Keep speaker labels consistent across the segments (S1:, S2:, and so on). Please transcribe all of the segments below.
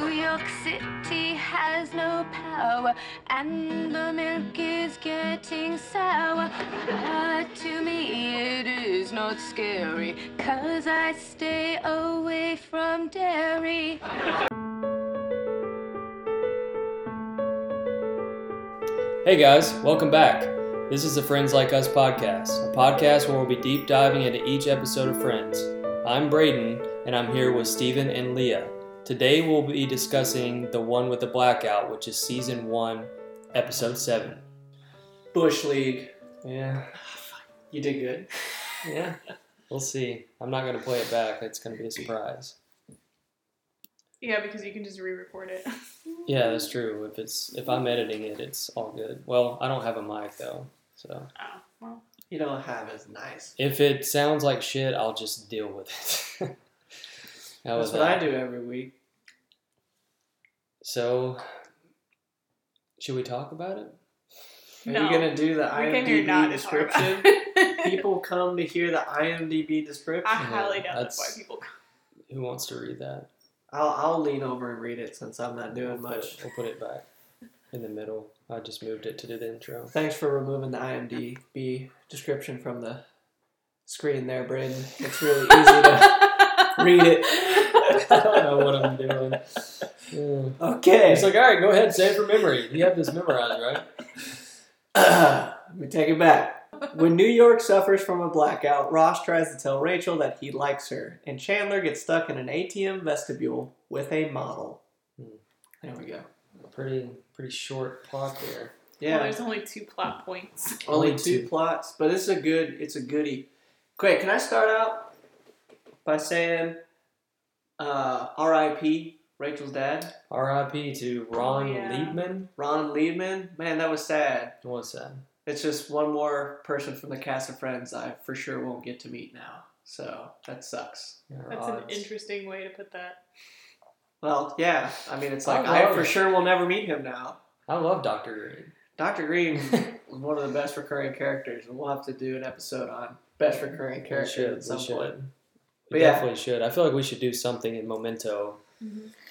S1: York City has no power, and the milk is getting sour. But to me, it is not scary, cause I stay away from dairy.
S2: Hey guys, welcome back. This is the Friends Like Us podcast, a podcast where we'll be deep diving into each episode of Friends. I'm Braden, and I'm here with Steven and Leah. Today we'll be discussing The One with the Blackout, which is season 1, episode 7.
S3: Bush League.
S2: Yeah,
S3: You did good.
S2: yeah. We'll see. I'm not going to play it back, it's going to be a surprise.
S4: Yeah, because you can just re-record it.
S2: Yeah, that's true. If it's if I'm editing it, it's all good. Well, I don't have a mic though. So,
S4: Oh, well,
S3: You don't have as nice.
S2: if it sounds like shit, I'll just deal with it. How was
S3: That's what
S2: that?
S3: I do every week.
S2: So, should we talk about it?
S3: Are
S4: No.
S3: you gonna do the
S4: we came here not
S3: IMDb
S4: to talk about
S3: description?
S4: it.
S3: People come to hear the IMDb description.
S4: I highly doubt that's,
S2: That's-
S4: why people.
S2: Who wants to read that?
S3: I'll, I'll lean over and read it since I'm not doing
S2: We'll put it-
S3: much.
S2: We'll put it back in the middle. I just moved it to do the intro.
S3: Thanks for removing the IMDb description from the screen there, Braden. It's really easy to read it.
S2: I don't know what I'm doing. Yeah.
S3: okay.
S2: It's like, all right, go ahead, say it from memory. You have this memorized, right?
S3: Let me take it back. When New York suffers from a blackout, Ross tries to tell Rachel that he likes her, and Chandler gets stuck in an ATM vestibule with a model.
S2: Hmm.
S3: There we go.
S2: Pretty, pretty short plot there.
S4: Well,
S3: Yeah,
S4: there's only two plot points.
S3: only
S2: only
S3: two,
S2: two.
S3: plots, but it's a good, it's a goodie. Great. Can I start out by saying, uh, R.I.P. Rachel's dad,
S2: R.I.P. to Ron
S4: Oh, yeah.
S2: Liebman.
S3: Ron Liebman. Man, that was sad.
S2: What's that?
S3: It's just one more person from the cast of Friends I for sure won't get to meet now. So that sucks.
S2: Yeah,
S4: That's an
S2: odds.
S4: interesting way to put that.
S3: Well, yeah. I mean, it's like
S2: Oh,
S3: I
S2: wow.
S3: for sure will never meet him now.
S2: I love Doctor Green.
S3: Doctor Green was one of the best recurring characters, and we'll have to do an episode on best recurring
S2: We
S3: characters
S2: should.
S3: at some
S2: We
S3: point.
S2: should.
S3: But
S2: We
S3: yeah.
S2: definitely should. I feel like we should do something in memento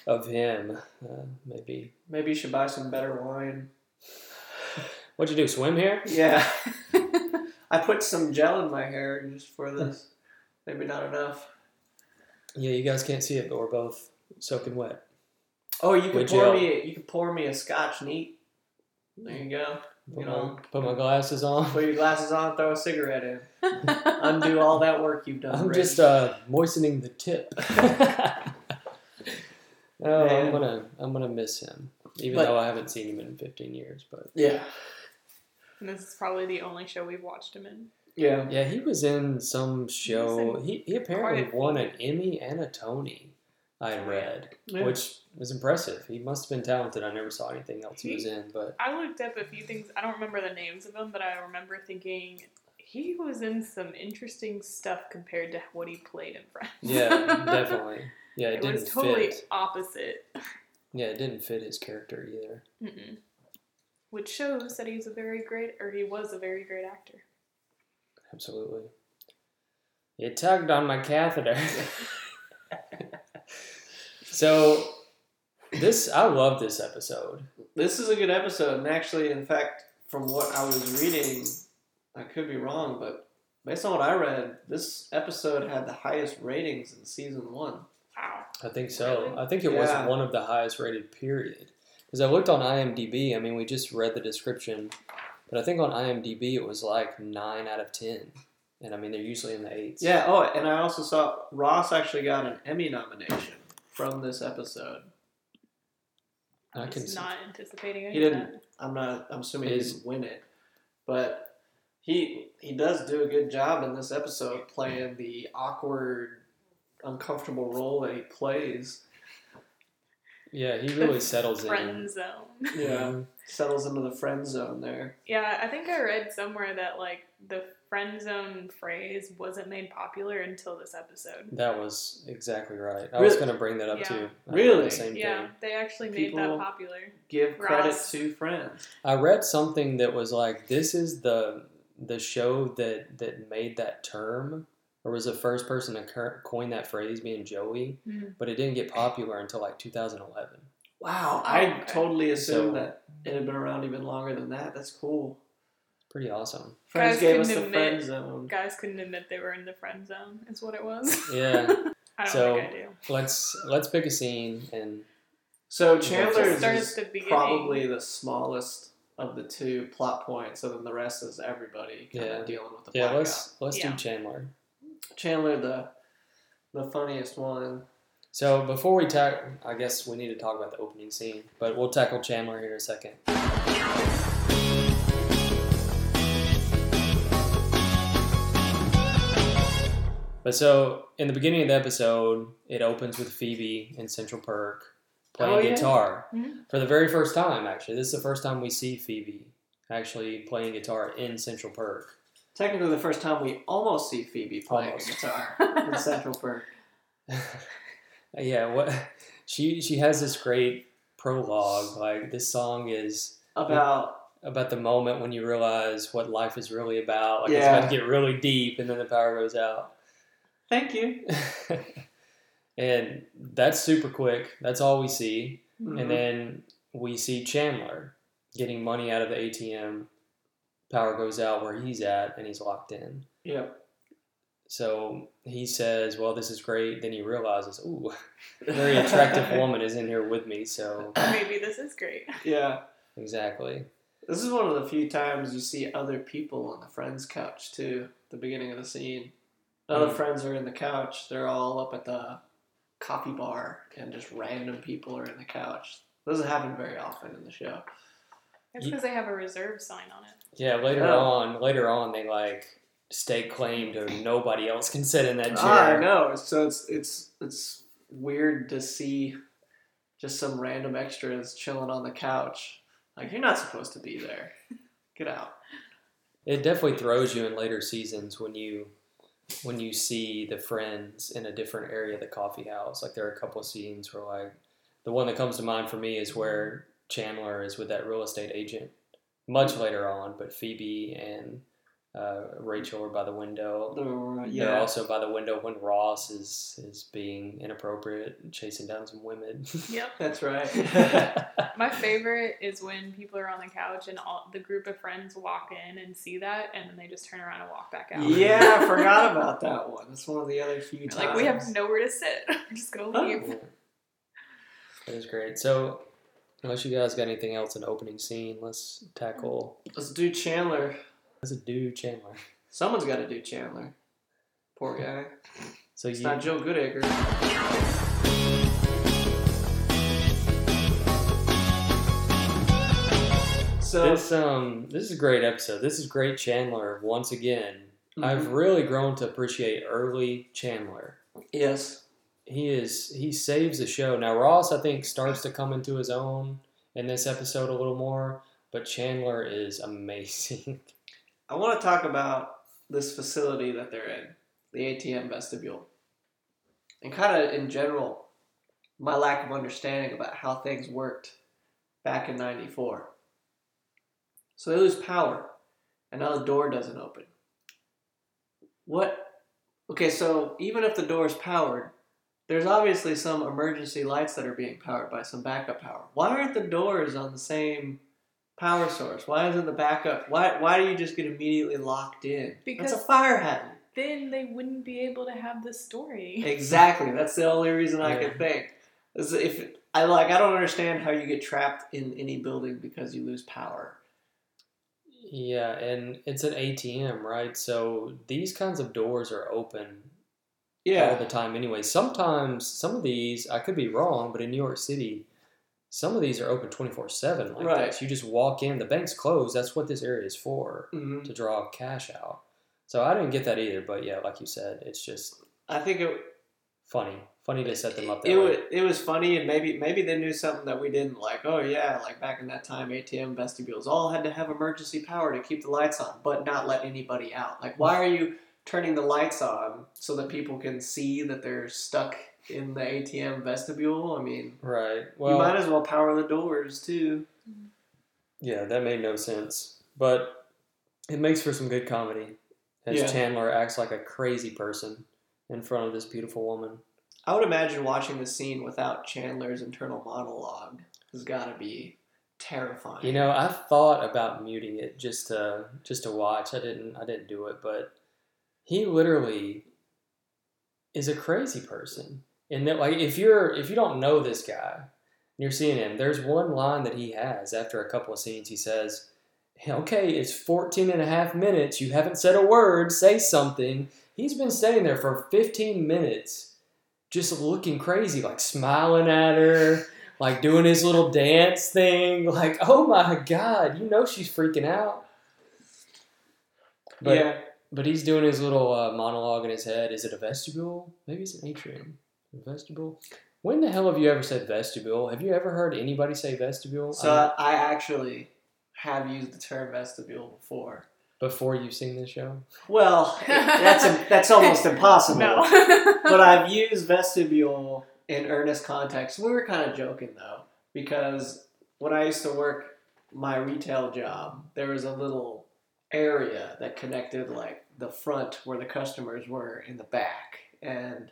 S2: of him. Uh, maybe.
S3: Maybe you should buy some better wine.
S2: What'd you do? Swim here?
S3: Yeah, I put some gel in my hair just for this. Maybe not enough.
S2: Yeah, you guys can't see it, but we're both soaking wet.
S3: Oh, you could
S2: With
S3: pour
S2: gel.
S3: me. You could pour me a Scotch neat. There you go.
S2: Put,
S3: You know.
S2: my, put my glasses on.
S3: Put your glasses on. Throw a cigarette in. Undo all that work you've done.
S2: I'm
S3: Rick.
S2: just uh, moistening the tip. oh, I'm
S3: Man.
S2: gonna I'm gonna miss him, even
S3: But-
S2: though I haven't seen him in 15 years. But
S3: yeah,
S4: And this is probably the only show we've watched him in.
S3: yeah.
S2: yeah, he was in some show.
S4: in
S2: He he apparently
S4: quite a
S2: won an Emmy and a Tony. I read,
S3: Yeah.
S2: which was impressive. He must have been talented. I never saw anything else he, was in, but
S4: I looked up a few things. I don't remember the names of them, but I remember thinking he was in some interesting stuff compared to what he played in Friends.
S2: yeah, definitely. Yeah, it,
S4: It,
S2: didn't
S4: was totally
S2: fit.
S4: opposite.
S2: Yeah, it didn't fit his character either.
S4: Mm-mm. Which shows that he's a very great, or he was a very great actor.
S2: Absolutely. You tugged on my catheter. so this I love this episode.
S3: This is a good episode, and actually, in fact, from what I was reading, I could be wrong, but based on what I read, this episode had the highest ratings in season one.
S4: Wow.
S2: I think so.
S4: Really?
S2: I think it
S3: Yeah.
S2: was one of the highest rated period. Because I looked on IMDb, I mean we just read the description, but I think on IMDb it was like nine out of ten. And I mean they're usually in the eights.
S3: Yeah. Oh, and I also saw Ross actually got an Emmy nomination from this episode.
S2: I
S4: I
S2: can
S4: was
S2: see-
S4: not anticipating any
S3: He
S4: of
S3: didn't. I'm not. I'm assuming he
S2: Is-
S3: didn't win it, but he he does do a good job in this episode playing the awkward, uncomfortable role that he plays.
S2: Yeah, he
S4: that.
S2: really settles
S4: Friend
S2: in.
S4: zone.
S3: Yeah, settles into the friend zone there.
S4: Yeah, I think I read somewhere that like the friend zone phrase wasn't made popular until this episode.
S2: That was exactly right. I was
S3: Really?
S2: gonna bring that up
S4: Yeah.
S2: too. I read
S3: Really?
S2: The same
S4: Yeah,
S2: thing.
S4: they actually made
S3: People-
S4: that popular.
S3: Give
S4: Ross.
S3: credit to friends.
S2: I read something that was like, this is the the show that that made that term, or was the first person to cur- coin that phrase, being Joey,
S4: Mm.
S2: but it didn't get popular until like 2011.
S3: Wow,
S4: Oh,
S3: I
S4: okay.
S3: totally assumed
S2: So-
S3: that it had been around even longer than that. That's cool.
S2: Pretty awesome.
S3: Friends
S4: Guys
S3: gave
S4: couldn't
S3: us the
S4: admit-
S3: friend zone.
S4: Guys couldn't admit they were in the friend zone. Is what it was.
S2: Yeah.
S4: I don't
S2: So-
S4: think I do.
S2: let's let's pick a scene and
S3: So
S2: Just
S3: Chandler is
S4: start at
S3: just
S4: the beginning.
S3: probably the smallest of the two plot points, and then the rest is everybody kind
S2: Yeah.
S3: of dealing with the
S2: yeah,
S3: blackout.
S2: let's let's
S4: Yeah.
S2: do Chandler.
S3: Chandler the the funniest one.
S2: So before we tackle, I guess we need to talk about the opening scene, but we'll tackle Chandler here in a second. But so in the beginning of the episode, it opens with Phoebe in Central Perk playing
S3: Oh, yeah.
S2: guitar
S4: Mhm.
S2: for the very first time. Actually, this is the first time we see Phoebe actually playing guitar in Central Perk.
S3: Technically, the first time we almost see Phoebe playing
S2: Almost.
S3: a guitar in Central Park.
S2: yeah, what she she has this great prologue. Like this song is
S3: About
S2: about the moment when you realize what life is really about. Like it's
S3: Yeah.
S2: about to get really deep, and then the power goes out.
S3: thank you.
S2: and that's super quick. That's all we see,
S3: Mhm.
S2: and then we see Chandler getting money out of the ATM. Power goes out where he's at, and he's locked in.
S3: yep.
S2: So he says, "Well, this is great." Then he realizes, "Ooh, a very attractive woman is in here with me." So
S4: Maybe this is great.
S3: Yeah.
S2: exactly,
S3: This is one of the few times you see other people on the friend's couch too. at The beginning of the scene, none of
S2: Mm.
S3: the friends are in the couch. They're all up at the coffee bar, and just random people are in the couch. Doesn't happen very often in the show.
S4: It's
S2: Ye-
S4: because they have a reserve sign on it.
S2: yeah. Later
S3: Yeah.
S2: on, later on, they like stake claim to nobody else can sit in that chair.
S3: Ah, I know. So it's it's it's weird to see just some random extras chilling on the couch. Like you're not supposed to be there. Get out.
S2: It definitely throws you in later seasons when you when you see the friends in a different area of the coffee house. Like there are a couple of scenes where like the one that comes to mind for me is where Chandler is with that real estate agent much later on, but Phoebe and uh, Rachel are by the window.
S3: They're-
S2: They're
S3: yeah.
S2: also by the window when Ross is is being inappropriate and chasing down some women.
S4: Yep.
S3: That's right.
S4: My favorite is when people are on the couch and all the group of friends walk in and see that, and then they just turn around and walk back out.
S3: yeah, I forgot about that one. That's one of the other few times.
S4: Like we have nowhere to sit. We're just gonna
S3: Oh.
S4: leave.
S2: Yeah. That is great. So, unless you guys got anything else in the opening scene, let's tackle.
S3: Let's do Chandler.
S2: Let's do Chandler.
S3: Someone's got to do Chandler. Poor guy.
S2: So
S3: It's
S2: you,
S3: not Joe Goodacre. So
S2: this um, this is a great episode. This is great Chandler once again.
S3: Mm-hmm.
S2: I've really grown to appreciate early Chandler.
S3: yes.
S2: He is he saves the show. Now Ross, I think, starts to come into his own in this episode a little more, but Chandler is amazing.
S3: I want to talk about this facility that they're in, the ATM vestibule, and kind of in general, my lack of understanding about how things worked back in '94. So they lose power, and now the door doesn't open. What? Okay, so even if the door is powered, there's obviously some emergency lights that are being powered by some backup power. Why aren't the doors on the same power source? Why isn't the backup? Why why do you just get immediately locked in?
S4: Because-
S3: that's a fire hazard.
S4: Then they wouldn't be able to have the story.
S3: Exactly. That's the only reason I
S2: Yeah.
S3: could think. Is if I like, I don't understand how you get trapped in any building because you lose power.
S2: Yeah, and it's an ATM, right? So these kinds of doors are open all the time anyway. Sometimes some of these, I could be wrong, but in New York City, some of these are open 24/7 like
S3: Right.
S2: this. You just walk in, the bank's closed. That's what this area is for,
S3: Mhm.
S2: to draw cash out. So I didn't get that either, but yeah, like you said, it's just
S3: I think it
S2: funny. Funny to set them up that
S3: it,
S2: way.
S3: was, it was funny and maybe maybe they knew something that we didn't like oh yeah like back in that time atm vestibules all had to have emergency power to keep the lights on but not let anybody out like why are you turning the lights on so that people can see that they're stuck in the atm vestibule i mean
S2: right.
S3: you might
S2: Well,
S3: as well power the doors too
S2: yeah, that made no sense, but it makes for some good comedy as
S3: Yeah.
S2: Chandler acts like a crazy person in front of this beautiful woman.
S3: I would imagine watching the scene without Chandler's internal monologue has got to be terrifying.
S2: You know, I thought about muting it just to just to watch. I didn't I didn't do it, but he literally is a crazy person. And that like if you're if you don't know this guy and you're seeing him, there's one line that he has after a couple of scenes he says, "Hey, "Okay, it's 14 and a half minutes. You haven't said a word. Say something." He's been standing there for 15 minutes just looking crazy, like smiling at her like doing his little dance thing. Like, oh my god, you know she's freaking out. But,
S3: yeah,
S2: but he's doing his little uh, monologue in his head. Is it a vestibule? Maybe it's an atrium. A vestibule. When the hell have you ever said vestibule? Have you ever heard anybody say vestibule
S3: so
S2: I mean,
S3: I actually have used the term vestibule before.
S2: before you've seen this show?
S3: Well, that's a, that's almost impossible.
S4: No.
S3: but I've used vestibule in earnest context. We were kind of joking though, because when I used to work my retail job, there was a little area that connected like the front where the customers were in the back, and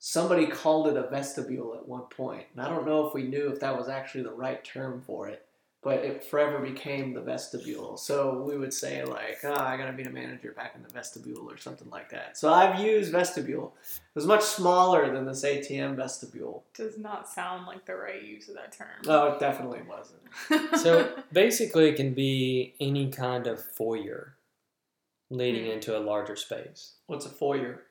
S3: somebody called it a vestibule at one point. And I don't know if we knew if that was actually the right term for it. But it forever became the vestibule. So we would say, like, oh, I gotta meet a manager back in the vestibule or something like that. So I've used vestibule. It was much smaller than this ATM vestibule.
S4: Does not sound like the right use of that term.
S3: Oh, it definitely wasn't.
S2: So basically, it can be any kind of foyer leading
S4: Hmm.
S2: into a larger space.
S3: What's a foyer?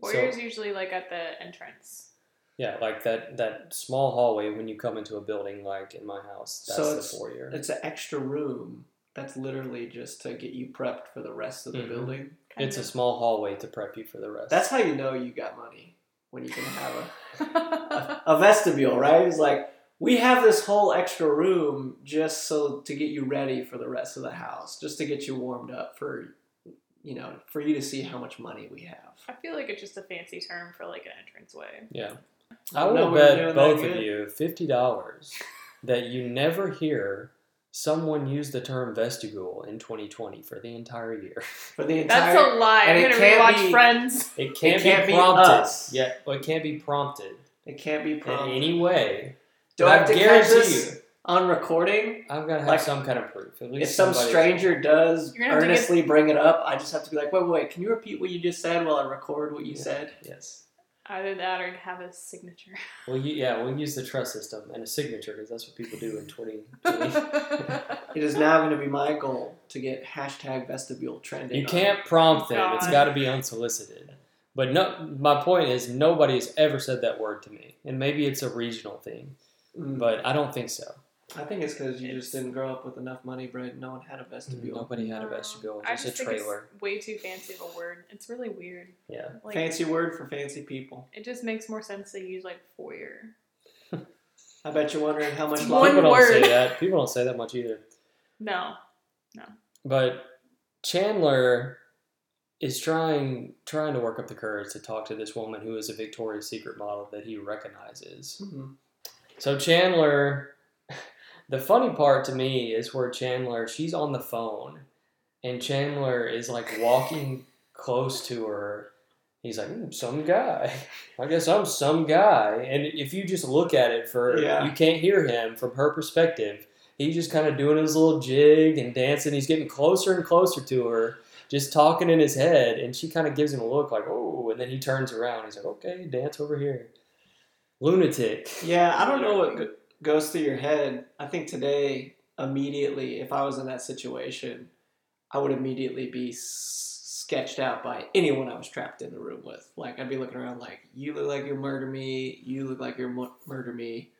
S4: Warriors usually like at the entrance.
S2: Yeah, like that that small hallway when you come into a building, like in my house. That's
S3: So
S2: the
S3: it's-
S2: foyer.
S3: It's an extra room that's literally just to get you prepped for the rest of the
S2: Mhm.
S3: building.
S4: kind
S2: It's a
S4: of.
S2: small hallway to prep you for the rest.
S3: That's how you know you got money when you can have a a vestibule, right? It's like we have this whole extra room just so to get you ready for the rest of the house, just to get you warmed up for you know, for you to see how much money we have.
S4: I feel like it's just a fancy term for like an entranceway.
S2: yeah. I
S3: No,
S2: will
S3: we were
S2: bet
S3: doing that
S2: both of
S3: good.
S2: you fifty dollars that you never hear someone use the term vestibule in 2020 for the entire year.
S3: For the entire
S4: That's a lie.
S3: and
S4: I'm
S3: it
S4: gonna
S3: can't
S4: rewatch
S3: be-
S4: Friends.
S2: It can't,
S3: can't
S2: be
S3: be
S2: prompted.
S3: us.
S2: Yeah, well, it can't be prompted
S3: it can't be prompted.
S2: in any way.
S3: Do I have to catch
S2: guarantee
S3: this
S2: you,
S3: on recording?
S2: I've got to have
S3: Like,
S2: some kind of proof. At least
S3: If some
S2: somebody-
S3: stranger does
S4: You're gonna have to get-
S3: earnestly bring it up, I just have to be like, wait, wait, wait, can you repeat what you just said while I record what you
S2: Yeah.
S3: said?
S2: Yes.
S4: Either that or have a signature.
S2: Well, you, yeah, we'll use the trust system and a signature because that's what people do in 2020.
S3: It is now going to be my goal to get hashtag vestibule trending.
S2: You
S3: on
S2: can't prompt them. It's
S4: God.
S2: got to be unsolicited. But no, my point is nobody has ever said that word to me, and maybe it's a regional thing,
S3: Mm.
S2: but I don't think so.
S3: I think it's because you just
S4: It's- Mm,
S3: didn't grow up with enough money, Brad. No one had a vestibule.
S2: Nobody had a
S4: No.
S2: vestibule.
S4: I
S2: Just a
S4: think it's
S2: trailer.
S4: way too fancy of a word. It's really weird.
S2: Yeah.
S4: Like,
S3: Fancy word for fancy people.
S4: It just makes more sense to use like foyer.
S3: I bet you're wondering how much
S4: It's
S3: longer.
S2: People don't say
S4: word.
S2: that. People don't say that much either.
S4: No,
S2: But Chandler is trying trying to work up the courage to talk to this woman who is a Victoria's Secret model that he recognizes.
S3: Mhm.
S2: So Chandler, the funny part to me is where Chandler, she's on the phone, and Chandler is like walking close to her. He's like, "Hmm, some guy. I guess I'm some guy. And if you just look at it for,
S3: Yeah.
S2: you can't hear him from her perspective. He's just kind of doing his little jig and dancing. He's getting closer and closer to her, just talking in his head. And she kind of gives him a look like, oh. And then he turns around. He's like, okay, dance over here. Lunatic.
S3: Yeah, I don't know what go- goes through your head. I think today, immediately, if I was in that situation, I would immediately be s- sketched out by anyone I was trapped in the room with. Like, I'd be looking around like, you look like you'll murder me. You look like you'll mu- murder me.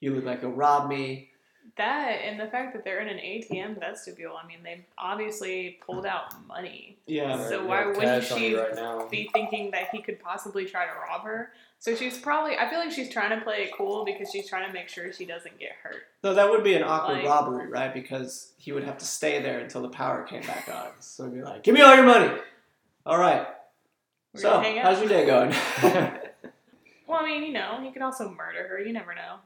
S3: You look like you'll rob me.
S4: that and the fact that they're in an ATM vestibule. I mean, they obviously pulled out money.
S3: Yeah.
S4: So
S2: You
S4: why
S2: have
S4: wouldn't
S2: cash on
S4: she
S2: you right now.
S4: be thinking that he could possibly try to rob her. So she's probably, I feel like she's trying to play it cool because she's trying to make sure she doesn't get hurt.
S3: No, that would be an awkward
S4: Like-
S3: robbery, right? Because he would have to stay there until the power came back on. So he'd be like, "Give me all your money." All right.
S4: We're
S3: So,
S4: gonna hang out.
S3: how's your day going?
S4: Well, I mean, you know, he could also murder her. You never know.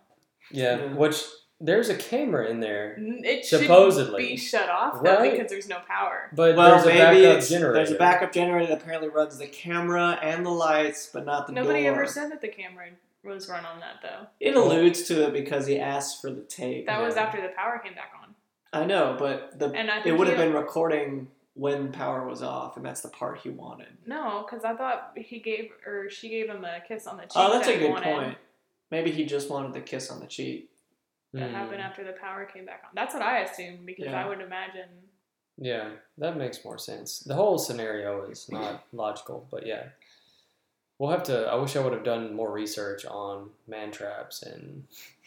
S2: Yeah,
S3: Yeah.
S2: which there's a camera in there,
S4: It
S2: Supposedly.
S4: should be shut off though
S2: Right.
S4: because there's no power.
S2: but
S3: Well,
S2: there's a
S3: maybe
S2: backup
S3: it's,
S2: generator.
S3: there's a backup generator that apparently runs the camera and the lights, but not the
S4: Nobody
S3: door.
S4: ever said that the camera was run on that though.
S3: It alludes to it because he asked for the tape.
S4: That was
S2: Yeah.
S4: after the power came back on.
S3: I know, but the
S4: And I think
S3: it would
S4: he-
S3: have been recording when power was off, and that's the part he wanted.
S4: No, because I thought he gave or she gave him a kiss on the cheek.
S3: Oh, that's
S4: that
S3: a
S4: he
S3: good
S4: wanted.
S3: point. Maybe he just wanted the kiss on the cheek.
S4: That
S2: Hmm.
S4: happened after the power came back on. That's what I assumed because
S3: Yeah.
S4: I would imagine.
S2: Yeah, that makes more sense. The whole scenario is not logical, but yeah. We'll have to. I wish I would have done more research on man traps and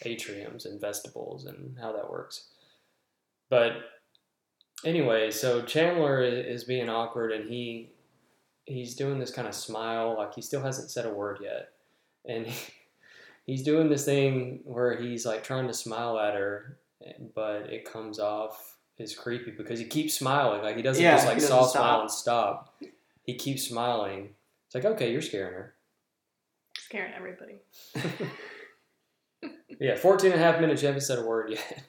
S2: atriums and vestibules and how that works. But anyway, so Chandler i- is being awkward and he he's doing this kind of smile, like he still hasn't said a word yet, and he's doing this thing where he's like trying to smile at her, but it comes off as creepy because he keeps smiling. Like he doesn't
S3: Yeah,
S2: just
S3: he
S2: like
S3: doesn't
S2: saw
S3: stop.
S2: smile and stop. He keeps smiling. It's like okay, you're scaring her.
S4: Scaring everybody.
S2: Yeah, 14 and a half minutes. You haven't said a word yet.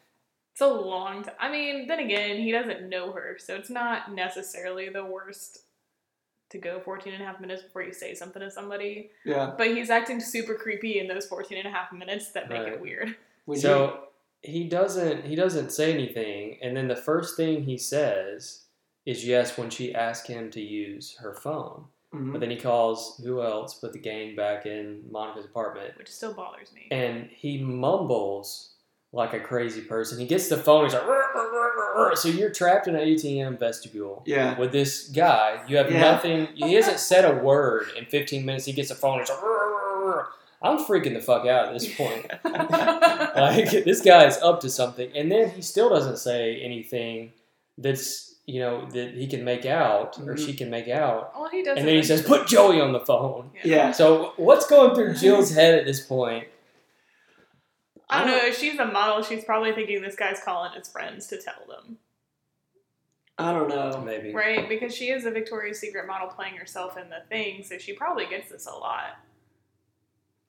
S4: It's a long time. I mean, then again, he doesn't know her, so it's not necessarily the worst to go 14 and a half minutes before you say something to somebody.
S3: Yeah.
S4: But he's acting super creepy in those 14 and a half minutes that make
S2: Right.
S4: it weird.
S3: Would
S2: so he doesn't he doesn't say anything, and then the first thing he says is yes when she asked him to use her phone.
S3: you?
S2: But
S3: Mhm.
S2: then he calls who else but the gang back in Monica's apartment,
S4: Which still bothers me.
S2: and he mumbles like a crazy person. He gets the phone. He's like, "Rrr, rrr, rrr, rrr." so you're trapped in an ATM vestibule.
S3: Yeah.
S2: with this guy. You have
S3: Yeah.
S2: nothing. He hasn't said a word in 15 minutes. He gets a phone. It's like, "Rrr, rrr, rrr." I'm freaking the fuck out at this point. like this guy is up to something, and then he still doesn't say anything that's you know that he can make out or
S3: Mhm.
S2: she can make out.
S4: well, he does.
S2: And then he says, "Put Joey on the phone."
S3: Yeah.
S2: So what's going through Jill's head at this point?
S4: I don't know. If she's a model, she's probably thinking this guy's calling his friends to tell them,
S3: I don't know.
S2: Maybe.
S4: right? Because she is a Victoria's Secret model playing herself in the thing, so she probably gets this a lot.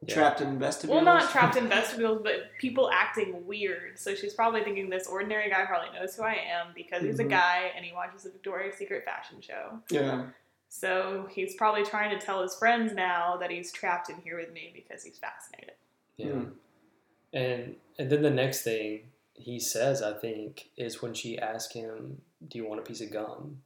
S2: Yeah.
S3: Trapped in vestibules.
S4: Well, not trapped in vestibules, but people acting weird. So she's probably thinking this ordinary guy probably knows who I am because he's a
S3: Mhm.
S4: guy and he watches the Victoria's Secret fashion show.
S3: Yeah.
S4: So he's probably trying to tell his friends now that he's trapped in here with me because he's fascinated.
S2: Yeah.
S3: Mm.
S2: And and then the next thing he says, I think, is when she asks him, "Do you want a piece of gum?"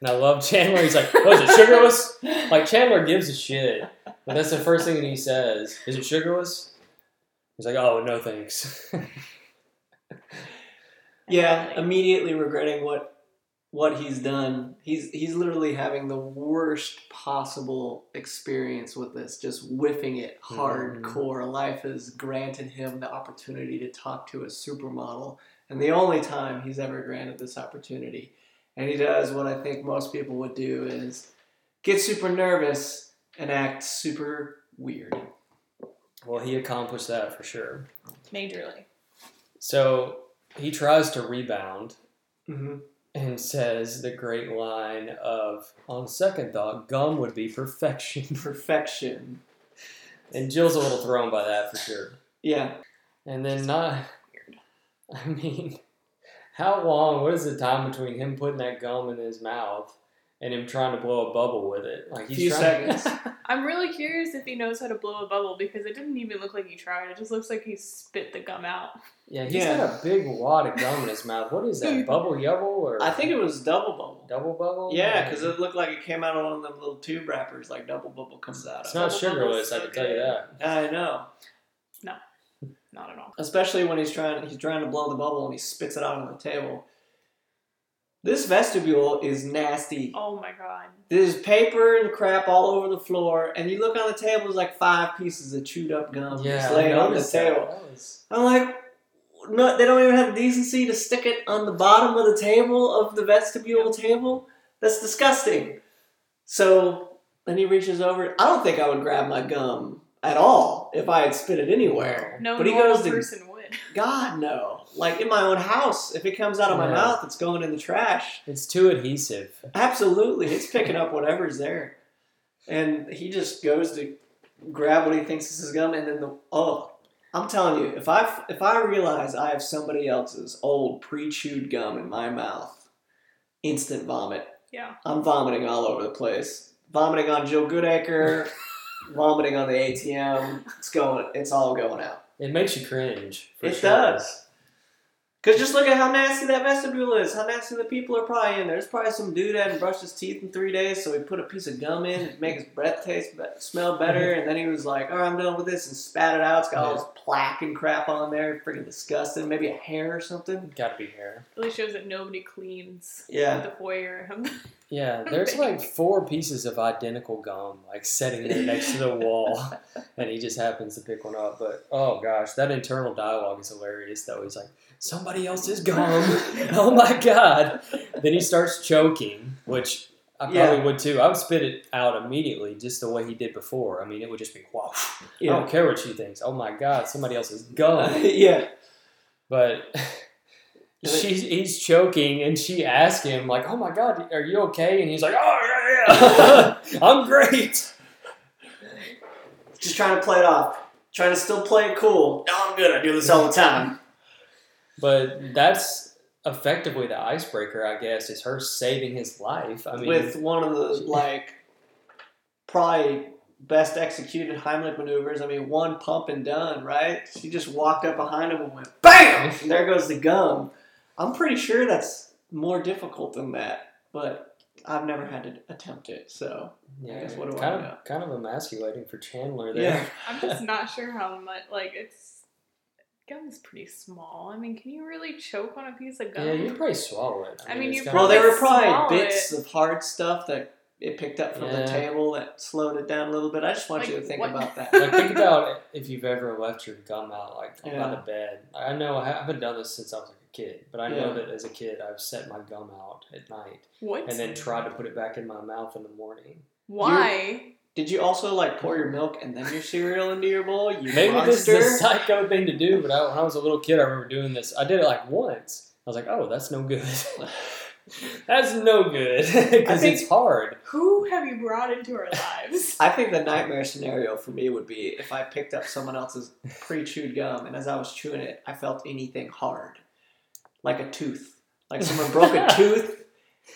S2: And I love Chandler. He's like, "Was it sugarless?" Like Chandler gives a shit, but that's the first thing that he says. Is it sugarless? He's like, "Oh, no, thanks."
S3: Yeah.
S4: Like,
S3: Immediately regretting what what he's done. He's he's literally having the worst possible experience with this. Just whiffing it
S2: Mhm.
S3: hardcore. Life has granted him the opportunity to talk to a supermodel, and the only time he's ever granted this opportunity. And he does what I think most people would do is get super nervous and act super weird.
S2: well, he accomplished that for sure.
S4: majorly.
S2: So he tries to rebound
S3: hmm
S2: and says the great line of, "On second thought, gum would be perfection."
S3: Perfection.
S2: And Jill's a little thrown by that for sure.
S3: Yeah.
S2: And then not. I mean, how long? What is the time between him putting that gum in his mouth and him trying to blow a bubble with it? Like
S3: Few
S2: trying-
S3: seconds.
S4: I'm really curious if he knows how to blow a bubble because it didn't even look like he tried. It just looks like he spit the gum out.
S2: yeah, he's
S3: Yeah.
S2: got a big wad of gum in his mouth. What is that? Bubble yubble or
S3: I think it was double bubble.
S2: double bubble?
S3: Yeah, because it looked like it came out of one of them little tube wrappers, like double bubble comes out
S2: it's
S3: of.
S2: not
S4: Double
S2: sugarless.
S4: bubble's
S2: I
S4: so
S2: can tell you
S4: good.
S2: that.
S3: I know,
S4: Not at all.
S3: especially when he's trying he's trying to blow the bubble and he spits it out on the table. This vestibule is nasty.
S4: Oh my god.
S3: There's paper and crap all over the floor, and you look on the table. There's like five pieces of chewed up gum
S2: Yeah,
S3: just
S2: I
S3: laying on the
S2: noticed that.
S3: table.
S2: That was-
S3: I'm like, no, they don't even have the decency to stick it on the bottom of the table of the vestibule table. That's disgusting. So then he reaches over. I don't think I would grab my gum at all if I had spit it anywhere.
S4: No
S3: But he
S4: normal
S3: goes to-
S4: person would.
S3: God no! Like in my own house, if it comes out of my
S2: Yeah.
S3: mouth, it's going in the trash.
S2: It's too adhesive.
S3: Absolutely, it's picking up whatever's there. And he just goes to grab what he thinks is his gum, and then the oh, I'm telling you, if I if I realize I have somebody else's old pre-chewed gum in my mouth, instant vomit.
S4: Yeah.
S3: I'm vomiting all over the place. Vomiting on Jill Goodacre, vomiting on the ATM. It's going. It's all going out.
S2: It makes you cringe. for
S3: it
S2: sure.
S3: does. Cause just look at how nasty that vestibule is. How nasty the people are probably in there. There's probably some dude that hadn't brushed his teeth in three days, so he put a piece of gum in to make his breath taste be- smell better, and then he was like, "All right, I'm done with this," and spat it out. It's got all this plaque and crap on there. Freaking disgusting. Maybe a hair or something.
S2: Gotta be hair.
S4: Really shows that nobody cleans
S3: Yeah.
S4: the foyer.
S2: Yeah, there's like four pieces of identical gum, like sitting there next to the wall, and he just happens to pick one up. But oh gosh, that internal dialogue is hilarious though. He's like, somebody else's gum. oh my god. Then he starts choking, which I probably
S3: Yeah.
S2: would too. I would spit it out immediately, just the way he did before. I mean, it would just be wow. I
S3: Yeah.
S2: don't care what she thinks. Oh my god, somebody else's
S3: Oh.
S2: gum.
S3: yeah.
S2: But she's he's choking, and she asks him like, "Oh my god, are you okay?" And he's like, "Oh yeah, yeah, I'm great."
S3: Just trying to play it off. Trying to still play it cool. No, I'm good. I do this all the time.
S2: But that's effectively the icebreaker, I guess, is her saving his life. I mean,
S3: With one of the like probably best executed Heimlich maneuvers. I mean, one pump and done, right? She just walked up behind him and went BAM! And there goes the gum. I'm pretty sure that's more difficult than that, but I've never had to attempt it, so
S2: yeah,
S3: guess what do I
S2: kind
S3: know?
S2: of kind of emasculating for Chandler
S3: yeah.
S2: there.
S4: I'm just not sure how much. Like it's gum's pretty small. I mean, can you really choke on a piece of gum?
S2: Yeah, you probably swallow it.
S4: I mean,
S2: it's
S4: you
S2: kinda-
S3: Well,
S4: probably-
S3: there were
S4: Small
S3: probably
S4: it-
S3: bits of hard stuff that it picked up from
S2: Yeah.
S3: the table that slowed it down a little bit. I just want
S4: Like,
S3: you to think
S4: what-
S3: about that.
S2: like think about if you've ever left your gum out like by
S3: Yeah.
S2: the bed. I know I haven't done this since I was like a kid, but I know
S3: Yeah.
S2: that as a kid I've set my gum out at night
S4: what?
S2: and then tried to put it back in my mouth in the morning.
S4: Why?
S3: Did you also like pour your milk and then your cereal into your bowl? You
S2: Maybe
S3: monster.
S2: this is a psycho thing to do, but I, when I was a little kid, I remember doing this. I did it like once. I was like, "Oh, that's no good. that's no good because
S4: think-
S2: it's hard."
S4: Who have you brought into our lives?
S3: I think the nightmare scenario for me would be if I picked up someone else's pre-chewed gum and as I was chewing it, I felt anything hard, like a tooth, like someone broke a tooth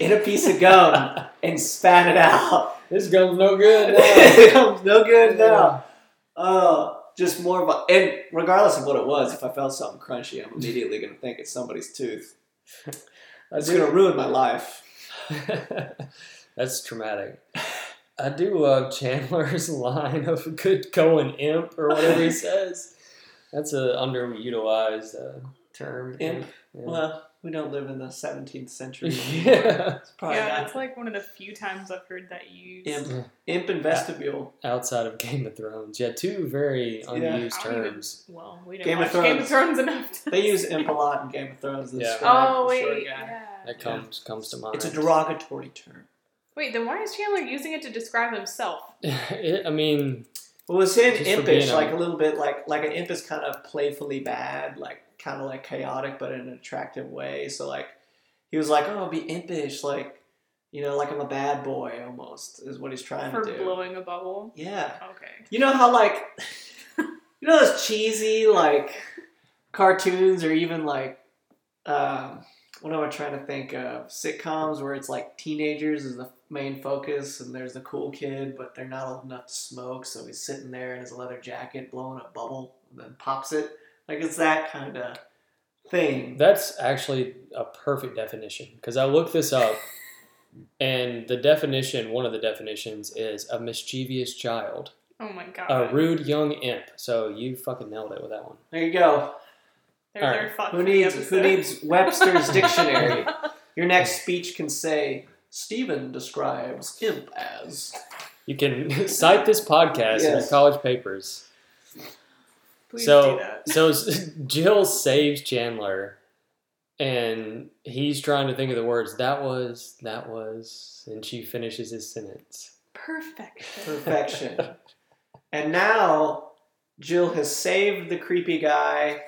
S3: in a piece of gum and spat it out.
S2: This gum's no good. now.
S3: Gum's no good now. Oh, just more of a, and regardless of what it was, if I felt something crunchy, I'm immediately gonna think it's somebody's tooth.
S2: I
S3: It's
S2: do-
S3: gonna ruin my life.
S2: That's traumatic. I do love Chandler's line of "good going imp" or whatever he says. That's a underutilized uh, term.
S3: Imp?
S2: Yeah.
S3: Well, we don't live in the 17th century.
S2: yeah.
S3: It's probably
S4: yeah,
S3: not.
S4: that's like one of the few times I've heard that used.
S3: Imp, imp and vestibule.
S2: Outside of Game of Thrones, yeah, two very
S3: Yeah.
S2: unused
S4: I don't even-
S2: terms.
S4: Well, we didn't
S3: Game of
S4: watch Game of Thrones enough. To
S3: They use imp a lot in Game of Thrones. to
S2: Yeah.
S3: describe
S4: Oh
S3: the short
S4: wait,
S3: guy.
S4: yeah.
S2: That comes comes to mind.
S3: It's a derogatory term.
S4: Wait, then why is Chandler using it to describe himself?
S2: It- I mean,
S3: Well, it's in
S2: Just for
S3: impish,
S2: being a-
S3: like a little bit like like an imp is kind of playfully bad, like kind of like chaotic, but in an attractive way. So like he was like, "Oh, be impish," like you know, like I'm a bad boy almost is what he's trying
S4: for
S3: to do.
S4: blowing a bubble.
S3: Yeah,
S4: Okay.
S3: you know how like you know those cheesy like cartoons or even like um, what am I trying to think of sitcoms where it's like teenagers is the main focus and there's the cool kid but they're not old enough to smoke so he's sitting there in his leather jacket blowing a bubble and then pops it like it's that kind of thing.
S2: That's actually a perfect definition because I looked this up, and the definition, one of the definitions, is a mischievous child,
S4: Oh my god.
S2: a rude young imp. So you fucking nailed it with that one.
S3: There you go.
S4: There's
S2: All
S4: our
S2: right.
S4: thought
S3: Who
S4: for the
S3: needs who
S4: episode.
S3: needs Webster's dictionary? Your next speech can say Stephen describes imp as
S2: You can cite this podcast in your
S3: Yes.
S2: college papers.
S4: Please
S2: so,
S4: do that.
S2: so Jill saves Chandler, and he's trying to think of the words that was, that was, and she finishes his sentence.
S4: Perfection.
S3: perfection. and now Jill has saved the creepy guy,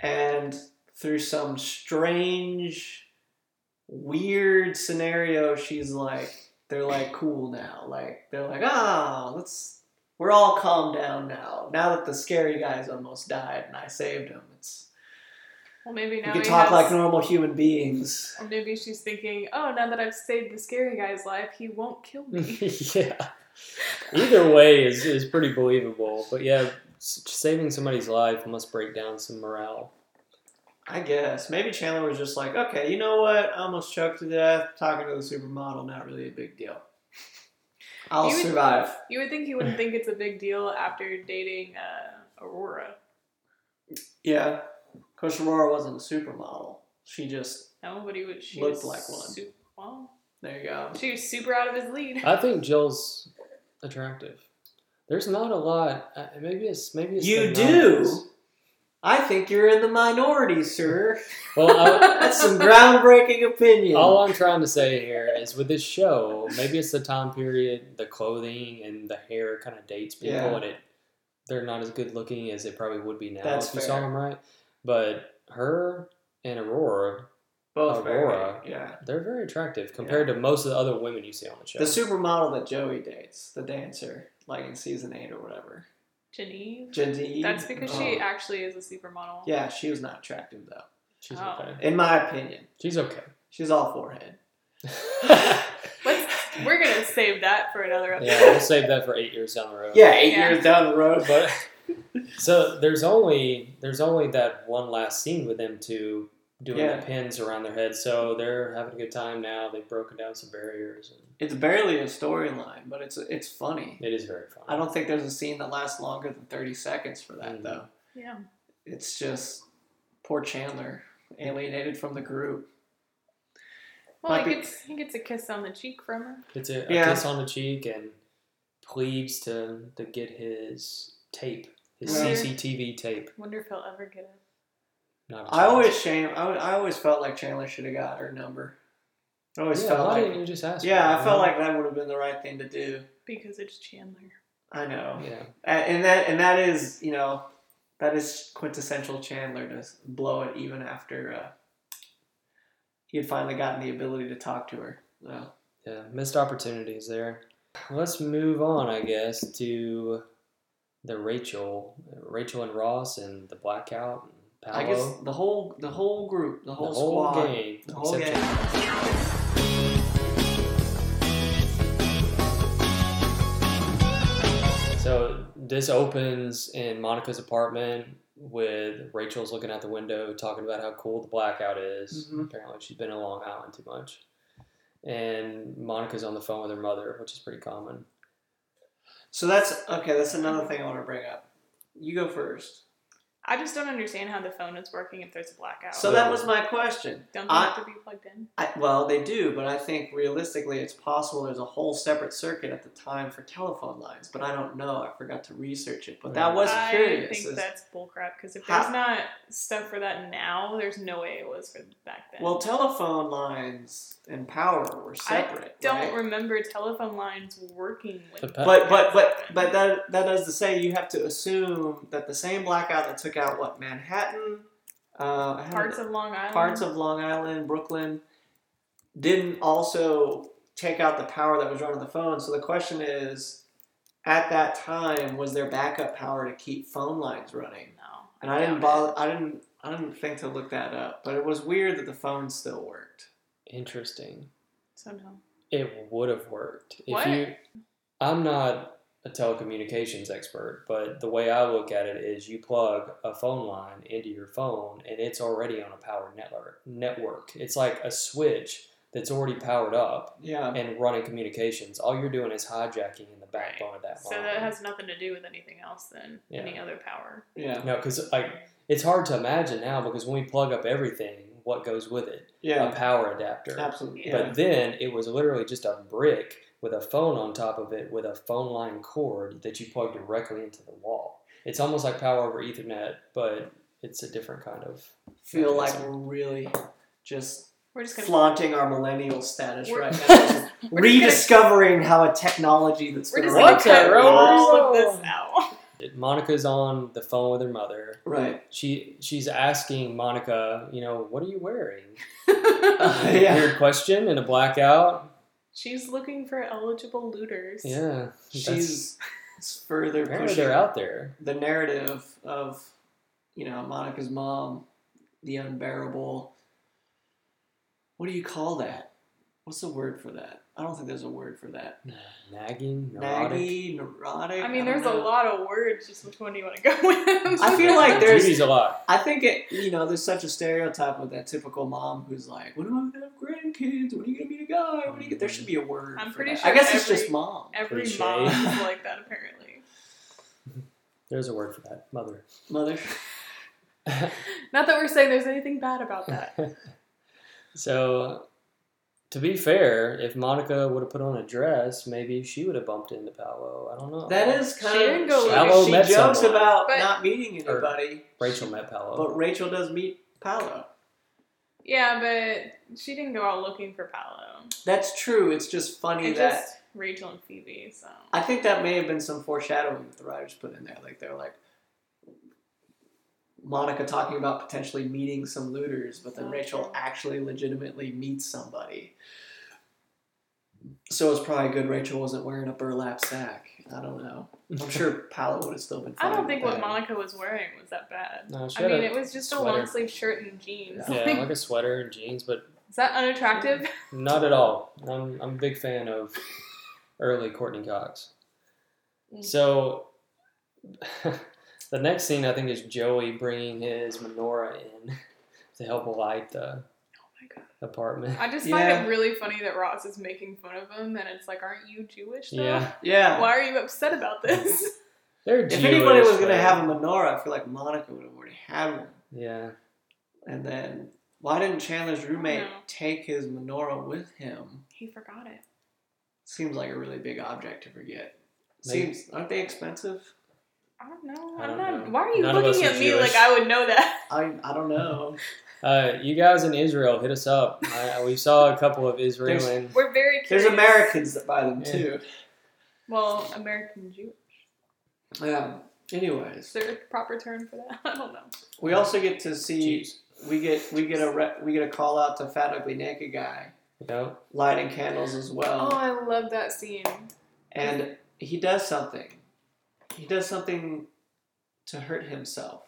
S3: and through some strange, weird scenario, she's like, they're like cool now. Like they're like, ah, let's we're all calmed down now. Now that the scary guy's almost died and I saved him, it's
S4: Well, maybe now
S3: we can
S4: he
S3: talk
S4: has-
S3: like normal human beings.
S4: Or maybe she's thinking, oh, now that I've saved the scary guy's life, he won't kill me.
S2: yeah. Either way is, is pretty believable. But yeah, s- saving somebody's life must break down some morale.
S3: I guess maybe Chandler was just like, okay, you know what? I almost choked to death. Talking to the supermodel, not really a big deal. I'll
S4: You would-
S3: survive.
S4: you would think he wouldn't think it's a big deal after dating uh, Aurora.
S3: Yeah, because Aurora wasn't a supermodel. She just
S4: No, but he was. She
S3: Looked
S4: was
S3: like one.
S4: su- well,
S3: there you go.
S4: she was super out of his lead.
S2: I think Jill's attractive. There's not a lot. uh, Maybe it's maybe it's
S3: You
S2: the
S3: do.
S2: 90s.
S3: I think you're in the minority, sir.
S2: Well, I,
S3: That's some groundbreaking opinion.
S2: all I'm trying to say here is with this show, maybe it's the time period, the clothing and the hair kind of dates people,
S3: Yeah.
S2: and it they're not as good looking as it probably would be now
S3: That's
S2: if you saw
S3: fair.
S2: them right. But her and Aurora,
S3: Both very-
S2: Aurora.
S3: yeah.
S2: they're very attractive compared to most of the other women you see on the show.
S3: The supermodel that Joey dates, the dancer, like in season eight or whatever.
S4: Geneve.
S3: Jenny.
S4: That's because she
S2: Oh.
S4: actually is a supermodel.
S3: uh, Yeah, she was not attractive though.
S2: She's
S4: Oh.
S2: okay.
S3: In my opinion,
S2: She's okay.
S3: she's all forehead.
S4: Let's, we're gonna save that for another
S2: yeah,
S4: episode.
S2: we'll save that for eight years down the road.
S3: Yeah, eight
S4: Yeah.
S3: years down the road, but
S2: but so there's only there's only that one last scene with them two doing
S3: Yeah.
S2: the pins around their head. So they're having a good time now. They've broken down some barriers. And
S3: it's barely a storyline. But it's it's funny.
S2: it is very fun.
S3: I don't think there's a scene that lasts longer than thirty seconds for that
S2: Mhm.
S3: though.
S4: Yeah.
S3: It's just poor Chandler alienated from the group.
S4: Well,
S3: Might
S4: he
S3: be-
S4: gets he gets a kiss on the cheek from her.
S2: It's a, a
S3: Yeah.
S2: kiss on the cheek and pleads to to get his tape, his
S3: Yeah.
S2: CCTV tape.
S4: Wonder if he'll ever get it.
S2: Not a
S3: I
S2: chance.
S3: always shame. I, I always felt like Chandler should have got her number. I always
S2: yeah,
S3: felt
S2: why
S3: like
S2: didn't you just ask?
S3: yeah,
S2: for
S3: I
S2: it,
S3: felt
S2: you
S3: like that would have been the right thing to do.
S4: because it's Chandler.
S3: I know.
S2: know? yeah.
S3: A- and that and that is you know that is quintessential Chandler to s- blow it even after uh, he had finally gotten the ability to talk to her. So
S2: Yeah, missed opportunities there. Let's move on, I guess, to the Rachel, Rachel and Ross, and the blackout. And Paolo,
S3: I guess the whole the whole group, the
S2: the whole
S3: whole, squad,
S2: game,
S3: the whole
S2: except
S3: game.
S2: Jim. So this opens in Monica's apartment with Rachel's looking out the window, talking about how cool the blackout is.
S3: Mhm.
S2: Apparently, she's been in Long Island too much, and Monica's on the phone with her mother, which is pretty common.
S3: So that's okay. That's another thing I want to bring up. You go first.
S4: I just don't understand how the phone is working if there's a blackout.
S3: So that was my question.
S4: don't they
S3: I-
S4: have to be plugged in?
S3: I, well, they do, but I think realistically, it's possible there's a whole separate circuit at the time for telephone lines. But I don't know. I forgot to research it. But that was
S4: I
S3: curious.
S4: think
S3: is-
S4: that's bullcrap because if
S3: How-
S4: there's not stuff for that now, there's no way it was for back then.
S3: Well, telephone lines and power were separate.
S4: I don't
S3: right?
S4: remember telephone lines working with.
S2: The pa-
S3: But but but but that that is to say, you have to assume that the same blackout that took out what Manhattan, uh, I don't
S4: parts
S3: know,
S4: of Long Island.
S3: parts of Long Island, Brooklyn, didn't also take out the power that was running the phone. So the question is, at that time, was there backup power to keep phone lines running?
S4: No,
S3: And I didn't bother.
S4: doubt
S3: I didn't. I didn't think to look that up. But it was weird that the phone still worked.
S2: Interesting.
S4: it. So no.
S2: It would have worked if
S4: What?
S2: you. I'm not a telecommunications expert, but the way I look at it is you plug a phone line into your phone, and it's already on a power network. Network. It's like a switch that's already powered up
S3: Yeah.
S2: and running communications. All you're doing is hijacking in the backbone of that
S4: So
S2: line.
S4: that has nothing to do with anything else than
S2: Yeah.
S4: any other power.
S3: Yeah.
S2: no, because like it's hard to imagine now because when we plug up everything, what goes with it?
S3: Yeah.
S2: A power adapter.
S3: Absolutely.
S2: But then it was literally just a brick with a phone on top of it with a phone line cord that you plug directly into the wall. It's almost like power over Ethernet, but it's a different kind of.
S3: feel like
S2: Mechanism.
S3: we're really just
S4: We're just gonna
S3: flaunting our millennial status
S4: We're-
S3: right now.
S4: we're just
S3: Rediscovering how a technology that's
S4: We're
S3: been
S4: just
S2: What
S4: gonna
S2: the
S3: around
S4: cut
S3: for years-
S4: all
S2: roll?
S4: of this out.
S2: Monica's on the phone with her mother.
S3: Right.
S2: She she's asking Monica, you know, what are you wearing?
S3: Uh, yeah.
S2: Weird question in a blackout.
S4: She's looking for eligible looters.
S2: Yeah, that's-
S3: She's It's further
S2: Apparently
S3: pushing
S2: they're out there.
S3: the narrative of, you know, Monica's mom, the unbearable. What do you call that? What's the word for that? I don't think there's a word for that.
S2: Nagging, neurotic.
S3: Naggy, neurotic.
S4: I mean,
S3: don't
S4: there's a
S3: know.
S4: lot of words. Just which one do you want to go with?
S3: I feel like there's-
S2: Judy's a lot.
S3: I think it, you know, there's such a stereotype of that typical mom who's like, "When am I gonna have grandkids? When are you gonna meet a guy? When are you gonna... There should be a word.
S4: I'm
S3: for
S4: pretty
S3: that.
S4: sure
S3: I guess it's
S4: every-
S3: just mom,
S4: every
S2: Cliche.
S4: mom is like that apparently.
S2: There's a word for that. Mother.
S3: mother.
S4: Not that we're saying there's anything bad about that.
S2: so, to be fair, if Monica would have put on a dress, maybe she would have bumped into Paolo. I don't know.
S3: That is kind
S4: She
S3: of.
S4: didn't go
S2: Shallow
S3: she
S2: met
S3: jokes
S2: someone.
S3: about
S4: But-
S3: not meeting
S2: Or-
S3: anybody,
S2: Rachel met Paolo.
S3: but Rachel does meet Paolo.
S4: Yeah, but she didn't go out looking for Paolo.
S3: That's true. It's just funny
S4: It's
S3: that
S4: just Rachel and Phoebe. So
S3: I think that may have been some foreshadowing that the writers put in there. Like they're like Monica talking about potentially meeting some looters, but then Rachel actually legitimately meets somebody. So it's probably good Rachel wasn't wearing a burlap sack. I don't know. I'm sure Paolo would have still been.
S4: I
S3: fine
S4: don't
S3: with
S4: think what
S3: that.
S4: Monica was wearing was that bad.
S2: no, she
S4: I
S2: had
S4: mean,
S2: a-
S4: it was just a
S2: sweater.
S4: long sleeve shirt and jeans.
S2: yeah, like a sweater and jeans, but
S4: Is that unattractive?
S2: Not at all. I'm, I'm a big fan of early Courtney Cox.
S4: Mm.
S2: So the next scene I think is Joey bringing his menorah in to help light the
S4: Oh my God.
S2: apartment.
S4: I just find
S3: Yeah.
S4: it really funny that Ross is making fun of him, and it's like, aren't you Jewish? Though?
S2: Yeah,
S3: Yeah.
S4: Why are you upset about this?
S2: they're
S3: if anybody was
S2: Jewish,
S3: gonna
S2: but-
S3: have a menorah, I feel like Monica would have already had one.
S2: yeah,
S3: And then why didn't Chandler's roommate
S4: know.
S3: take his menorah with him?
S4: he forgot it.
S3: Seems like a really big object to forget.
S2: Maybe.
S3: Seems aren't they expensive?
S4: I don't know.
S2: I
S4: I'm
S2: don't
S4: not.
S2: know.
S4: Why are you
S2: None of
S4: looking
S2: us are
S4: at me
S2: Jewish.
S4: like I would know that?
S3: I I don't know.
S2: uh, you guys in Israel hit us up. I, we saw a couple of Israel
S3: There's-
S2: and
S4: We're very
S3: There's
S4: curious.
S3: Americans that buy them
S2: Yeah.
S3: too.
S4: Well, American Jew.
S3: Yeah.
S4: Is
S3: Um, Anyways,
S4: there a proper term for that? I don't know.
S3: we also get to see
S2: Jews.
S3: we get we get a re, we get a call out to fat ugly naked guy
S2: You know,
S3: lighting candles as
S4: Oh,
S3: well,
S4: I love that scene.
S3: and he does something. He does something to hurt himself.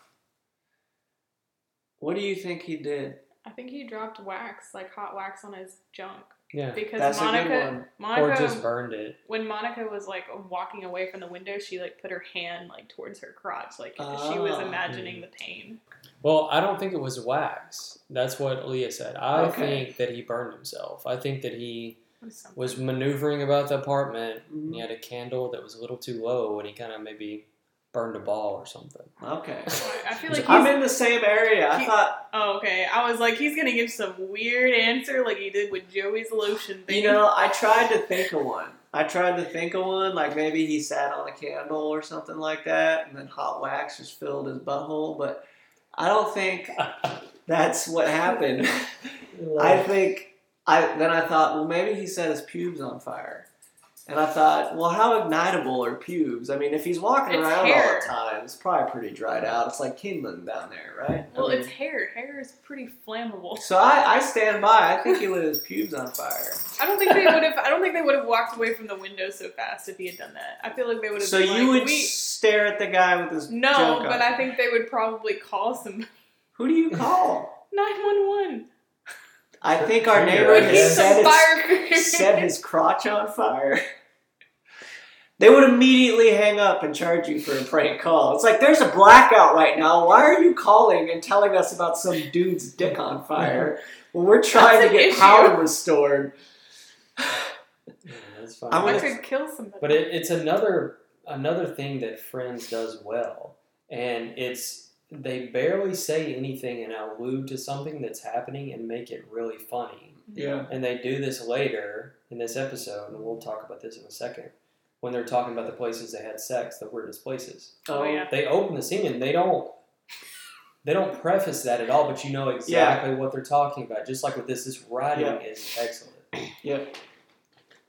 S3: What do you think he did?
S4: I think he dropped wax, like hot wax, on his junk
S2: yeah,
S4: because
S3: That's a good
S4: Monica,
S3: one.
S2: or
S4: Monica,
S2: just burned it.
S4: when Monica was like walking away from the window, she like put her hand like towards her crotch, like she was
S3: Ah.
S4: imagining the pain.
S2: Well, I don't think it was wax. That's what Leah said. I
S3: Okay.
S2: think that he burned himself. I think that he
S4: It was something.
S2: was maneuvering about the apartment. And he
S3: Mhm.
S2: had a candle that was a little too low, and he kind of maybe burned a ball or something.
S3: Okay.
S4: I feel like
S3: I'm
S4: he's.
S3: in the same area. I
S4: he-
S3: thought
S4: Oh, okay. I was like, he's gonna give some weird answer, like he did with Joey's lotion thing.
S3: You know, I tried to think of one. I tried to think of one, like maybe he sat on a candle or something like that, and then hot wax just filled his butthole. But I don't think that's what happened. I think I then I thought, well, maybe he set his pubes on fire, and I thought, well, how ignitable are pubes? I mean, if he's walking
S4: It's
S3: around all
S4: hair.
S3: the time, it's probably pretty dried out. It's like kindling down there, right? I
S4: well,
S3: mean-
S4: it's hair. Hair is pretty flammable.
S3: so I, I stand by. I think he lit his pubes on fire.
S4: I don't think they would have. I don't think they would have walked away from the window so fast if he had done that. I feel like they would have.
S3: So
S4: been
S3: you
S4: like,
S3: would
S4: we,
S3: stare at the guy with his
S4: no,
S3: junk up.
S4: but I think they would probably call some
S3: who do you call?
S4: nine one one.
S3: I think our
S2: Yeah,
S3: neighbor
S2: Right,
S4: Would he
S3: has
S2: he's
S3: set
S4: some
S3: his,
S4: fire?
S3: set his crotch on fire. They would immediately hang up and charge you for a prank call. It's like there's a blackout right now. Why are you calling and telling us about some dude's dick on fire when we're trying
S4: That's
S3: to
S4: an
S3: get
S4: issue.
S3: power restored?
S2: Yeah, that's fine.
S3: I'm
S4: I
S3: gonna-
S4: could kill somebody.
S2: But it, it's another another thing that Friends does well, and it's they barely say anything and allude to something that's happening and make it really funny.
S3: Yeah.
S2: And they do this later in this episode, and we'll talk about this in a second. When they're talking about the places they had sex, the weirdest places.
S4: Oh, yeah.
S2: they open the scene and they don't they don't preface that at all, but you know exactly what they're talking about. Just like with this, this writing
S3: Yeah.
S2: is excellent.
S3: Yep.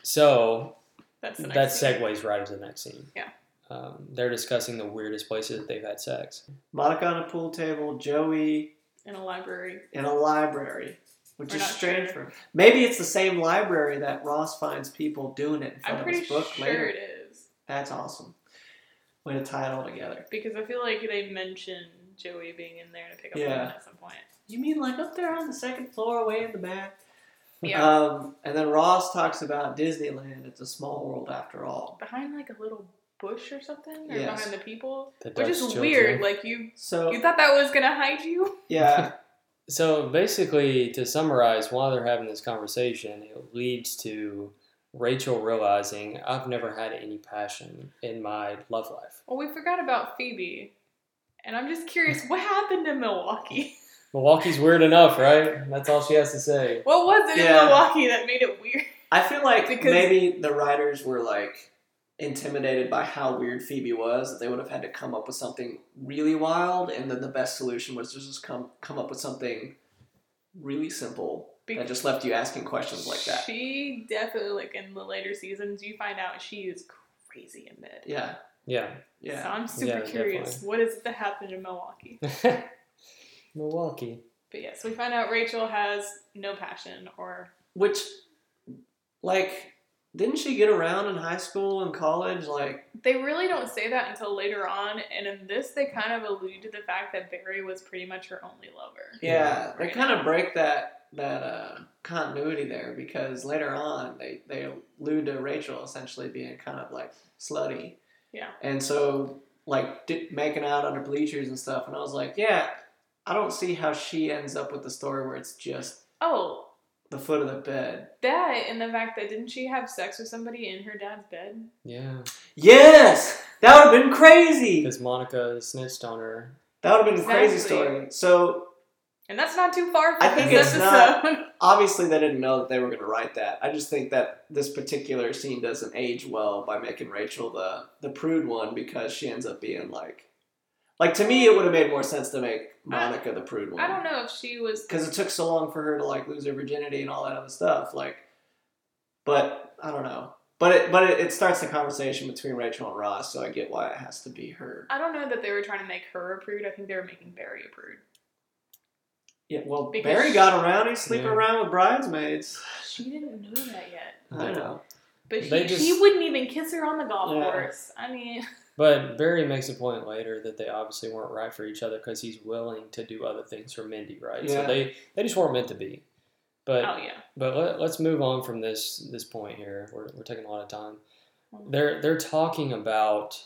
S2: So
S4: That's the next
S2: that
S4: thing.
S2: segues right into the next scene.
S4: Yeah.
S2: Um, they're discussing the weirdest places that they've had sex.
S3: Monica on a pool table, Joey
S4: in a library.
S3: in a library, which
S4: We're
S3: is
S4: not
S3: strange
S4: sure.
S3: for him. Maybe it's the same library that Ross finds people doing it in front
S4: I'm
S3: of
S4: pretty
S3: his book
S4: sure
S3: later.
S4: it is.
S3: That's awesome. Way to tie it all together.
S4: Because I feel like they mentioned Joey being in there to pick up
S3: Yeah.
S4: women at some point.
S3: You mean like up there on the second floor, way in the back?
S4: Yeah.
S3: Um, and then Ross talks about Disneyland. It's a small world after all.
S4: behind like a little bush or something, or
S3: Yes.
S4: behind the people,
S2: The
S4: which is
S2: Dutch children.
S4: weird. Like you, you
S3: So
S4: thought that was gonna hide you.
S3: yeah,
S2: So basically, to summarize, while they're having this conversation, it leads to Rachel realizing I've never had any passion in my love life.
S4: Well, we forgot about Phoebe, and I'm just curious, what happened in Milwaukee?
S2: Milwaukee's weird enough, right? That's all she has to say.
S4: What was it
S3: Yeah.
S4: in Milwaukee that made it weird?
S3: I feel like
S4: Because-
S3: maybe the writers were like intimidated by how weird Phoebe was that they would have had to come up with something really wild, and then the best solution was to just come come up with something really simple that just left you asking questions like that.
S4: She definitely, like in the later seasons, you find out she is crazy in bed.
S3: Yeah,
S2: Yeah.
S3: yeah.
S4: So I'm super
S2: Yeah,
S4: curious,
S2: definitely.
S4: what is it that happened in Milwaukee?
S2: Milwaukee.
S4: but yes, we find out Rachel has no passion or
S3: Which, like, didn't she get around in high school and college? Like,
S4: They really don't say that until later on, and in this, they kind of allude to the fact that Barry was pretty much her only lover.
S3: yeah, they
S4: Right.
S3: kind of break that that uh, continuity there because later on they they allude to Rachel essentially being kind of like slutty.
S4: Yeah.
S3: And so like di- making out under bleachers and stuff, and I was like, yeah, I don't see how she ends up with the story where it's just
S4: Oh,
S3: the foot of the bed.
S4: that and the fact that didn't she have sex with somebody in her dad's bed?
S2: Yeah.
S3: Yes, that would have been crazy.
S2: Because Monica snitched on her.
S3: That would have been a crazy
S4: Exactly.
S3: story. So
S4: And that's not too far from
S3: I think
S4: this
S3: it's not-
S4: episode.
S3: obviously they didn't know that they were going to write that. I just think that this particular scene doesn't age well by making Rachel the the prude one because she ends up being like, like to me it would have made more sense to make Monica the prude one.
S4: I don't know if she was.
S3: because it took so long for her to like lose her virginity and all that other stuff. Like, but I don't know. But it but it, it starts the conversation between Rachel and Ross, so I get why it has to be her.
S4: I don't know that they were trying to make her a prude. I think they were making Barry a prude.
S3: Yeah, well,
S4: Because-
S3: Barry got around. He's sleeping
S2: Yeah.
S3: around with bridesmaids.
S4: She didn't know that yet.
S3: I know.
S4: But he,
S2: They just-
S4: he wouldn't even kiss her on the golf
S3: Yeah.
S4: course. I mean,
S2: But Barry makes a point later that they obviously weren't right for each other because he's willing to do other things for Mindy, right? So
S3: Yeah.
S2: they, they just weren't meant to be. But
S4: oh yeah.
S2: But let, let's move on from this this point here. We're, we're taking a lot of time. They're they're talking about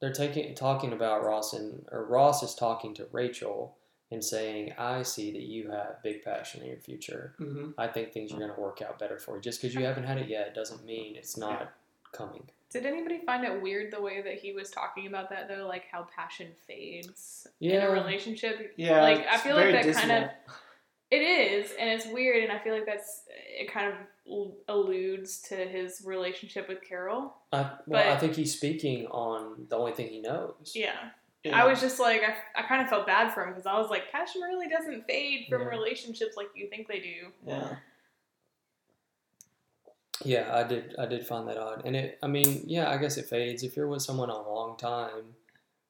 S2: they're taking talking about Ross and or Ross is talking to Rachel and saying, "I see that you have big passion in your future.
S3: hmm
S2: I think things are going to work out better for you. Just because you haven't had it yet doesn't mean it's not coming."
S4: Did anybody find it weird the way that he was talking about that though? Like how passion fades in
S2: Yeah.
S4: a relationship?
S3: Yeah,
S4: Like, I
S3: it's
S4: feel like
S3: very
S4: that kind
S3: dismal.
S4: of- It is, and it's weird, and I feel like that's it kind of l- alludes to his relationship with Carol.
S2: I, well, I
S4: But-
S2: think he's speaking on the only thing he knows.
S4: Yeah.
S3: Yeah.
S4: I was just like, I, I kind of felt bad for him because I was like, passion really doesn't fade from
S2: Yeah.
S4: relationships like you think they do.
S3: Yeah.
S2: Yeah, I did. I did find that odd, and it. I mean, yeah, I guess it fades. If you're with someone a long time,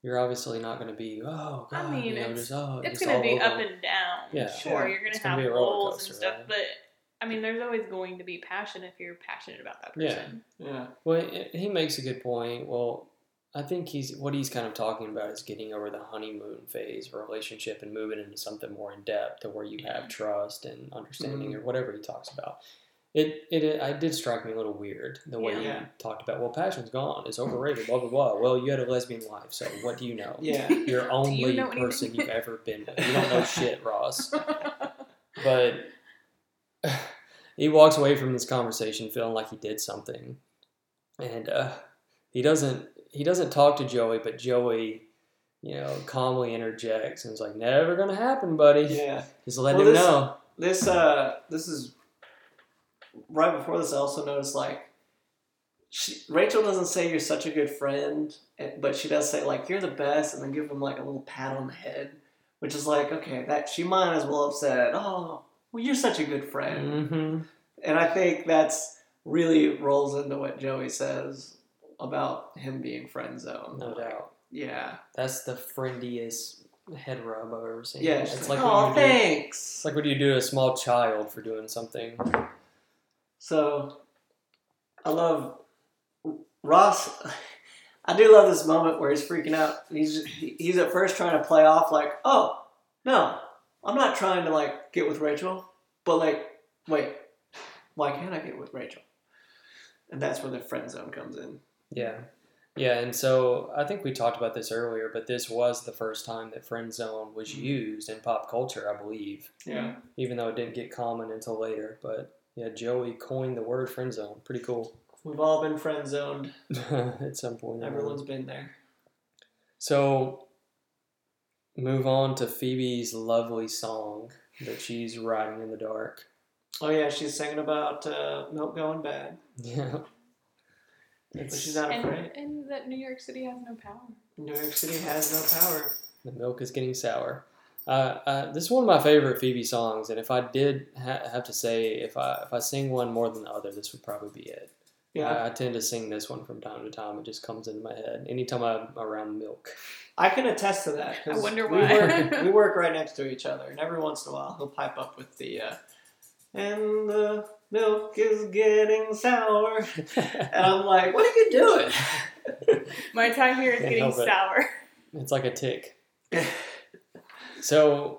S2: you're obviously not going to be. Oh
S4: I
S2: God,
S4: mean,
S2: you know,
S4: it's-
S2: just, oh,
S4: It's
S2: just
S4: going
S2: all
S4: to be
S2: over."
S4: up and down.
S2: Yeah.
S4: Sure,
S3: Yeah.
S4: you're going
S2: It's
S4: to
S2: gonna
S4: have
S2: be a roller
S4: goals and
S2: coaster,
S4: stuff,
S2: right?
S4: but I mean, there's always going to be passion if you're passionate about that
S2: Yeah.
S4: person.
S3: Yeah.
S2: Well, it- he makes a good point. Well, I think he's what he's kind of talking about is getting over the honeymoon phase of a relationship and moving into something more in depth, to where you
S3: Mm-hmm.
S2: have trust and understanding, or whatever he talks about. It it it did strike me a little weird the way
S4: Yeah.
S2: he
S3: Yeah.
S2: talked about. Well, passion's gone. It's overrated. Blah blah blah. Well, you had a lesbian wife, so what do you know?
S3: Yeah.
S2: You're
S4: Do
S2: only
S4: you know anything?
S2: person you've ever been with. You don't know shit, Ross. But he walks away from this conversation feeling like he did something, and uh, he doesn't. He doesn't talk to Joey, but Joey, you know, calmly interjects and is like, "Never gonna happen, buddy."
S3: Yeah.
S2: Just let
S3: Well,
S2: him
S3: this-
S2: know.
S3: This uh this is right before this I also noticed like she, Rachel doesn't say you're such a good friend, eh, but she does say like you're the best and then give him like a little pat on the head, which is like okay, that she might as well have said, "Oh, well you're such a good friend."
S2: hmm
S3: And I think that's really rolls into what Joey says about him being friend zone.
S2: No doubt.
S3: Yeah.
S2: That's the friendliest head rub I've ever seen.
S3: Yeah.
S2: it's like
S3: oh,
S2: when you do,
S3: thanks.
S2: it's like when you do to a small child for doing something.
S3: So I love Ross. I do love this moment where he's freaking out. He's he's at first trying to play off like, "Oh, no, I'm not trying to like get with Rachel," but like, wait, why can't I get with Rachel? And that's where the friend zone comes in.
S2: Yeah. Yeah, and so I think we talked about this earlier, but this was the first time that friend zone was used in pop culture, I believe,
S3: Yeah,
S2: even though it didn't get common until later. But yeah, Joey coined the word friend zone. Pretty cool
S3: we've all been friend zoned.
S2: at some point.
S3: Everyone's been there.
S2: So move on to Phoebe's lovely song that she's writing in the dark.
S3: Oh yeah, she's singing about uh, milk going bad,
S2: Yeah.
S3: but
S2: It's,
S3: she's not
S4: And,
S3: afraid.
S4: and that New York City has no power.
S3: New York City has no power.
S2: the milk is getting sour. Uh, uh, this is one of my favorite Phoebe songs, and if I did ha- have to say, if I if I sing one more than the other, this would probably be it.
S3: Yeah,
S2: I, I tend to sing this one from time to time. It just comes into my head anytime I'm around milk.
S3: I can attest to that. 'cause
S4: I wonder
S3: we
S4: why.
S3: Work, we work right next to each other, and every once in a while he'll pipe up with the, uh, and the milk is getting sour. And I'm like, what are you doing?
S4: My time here is
S2: Can't
S4: getting
S2: help it.
S4: sour.
S2: It's like a tick. so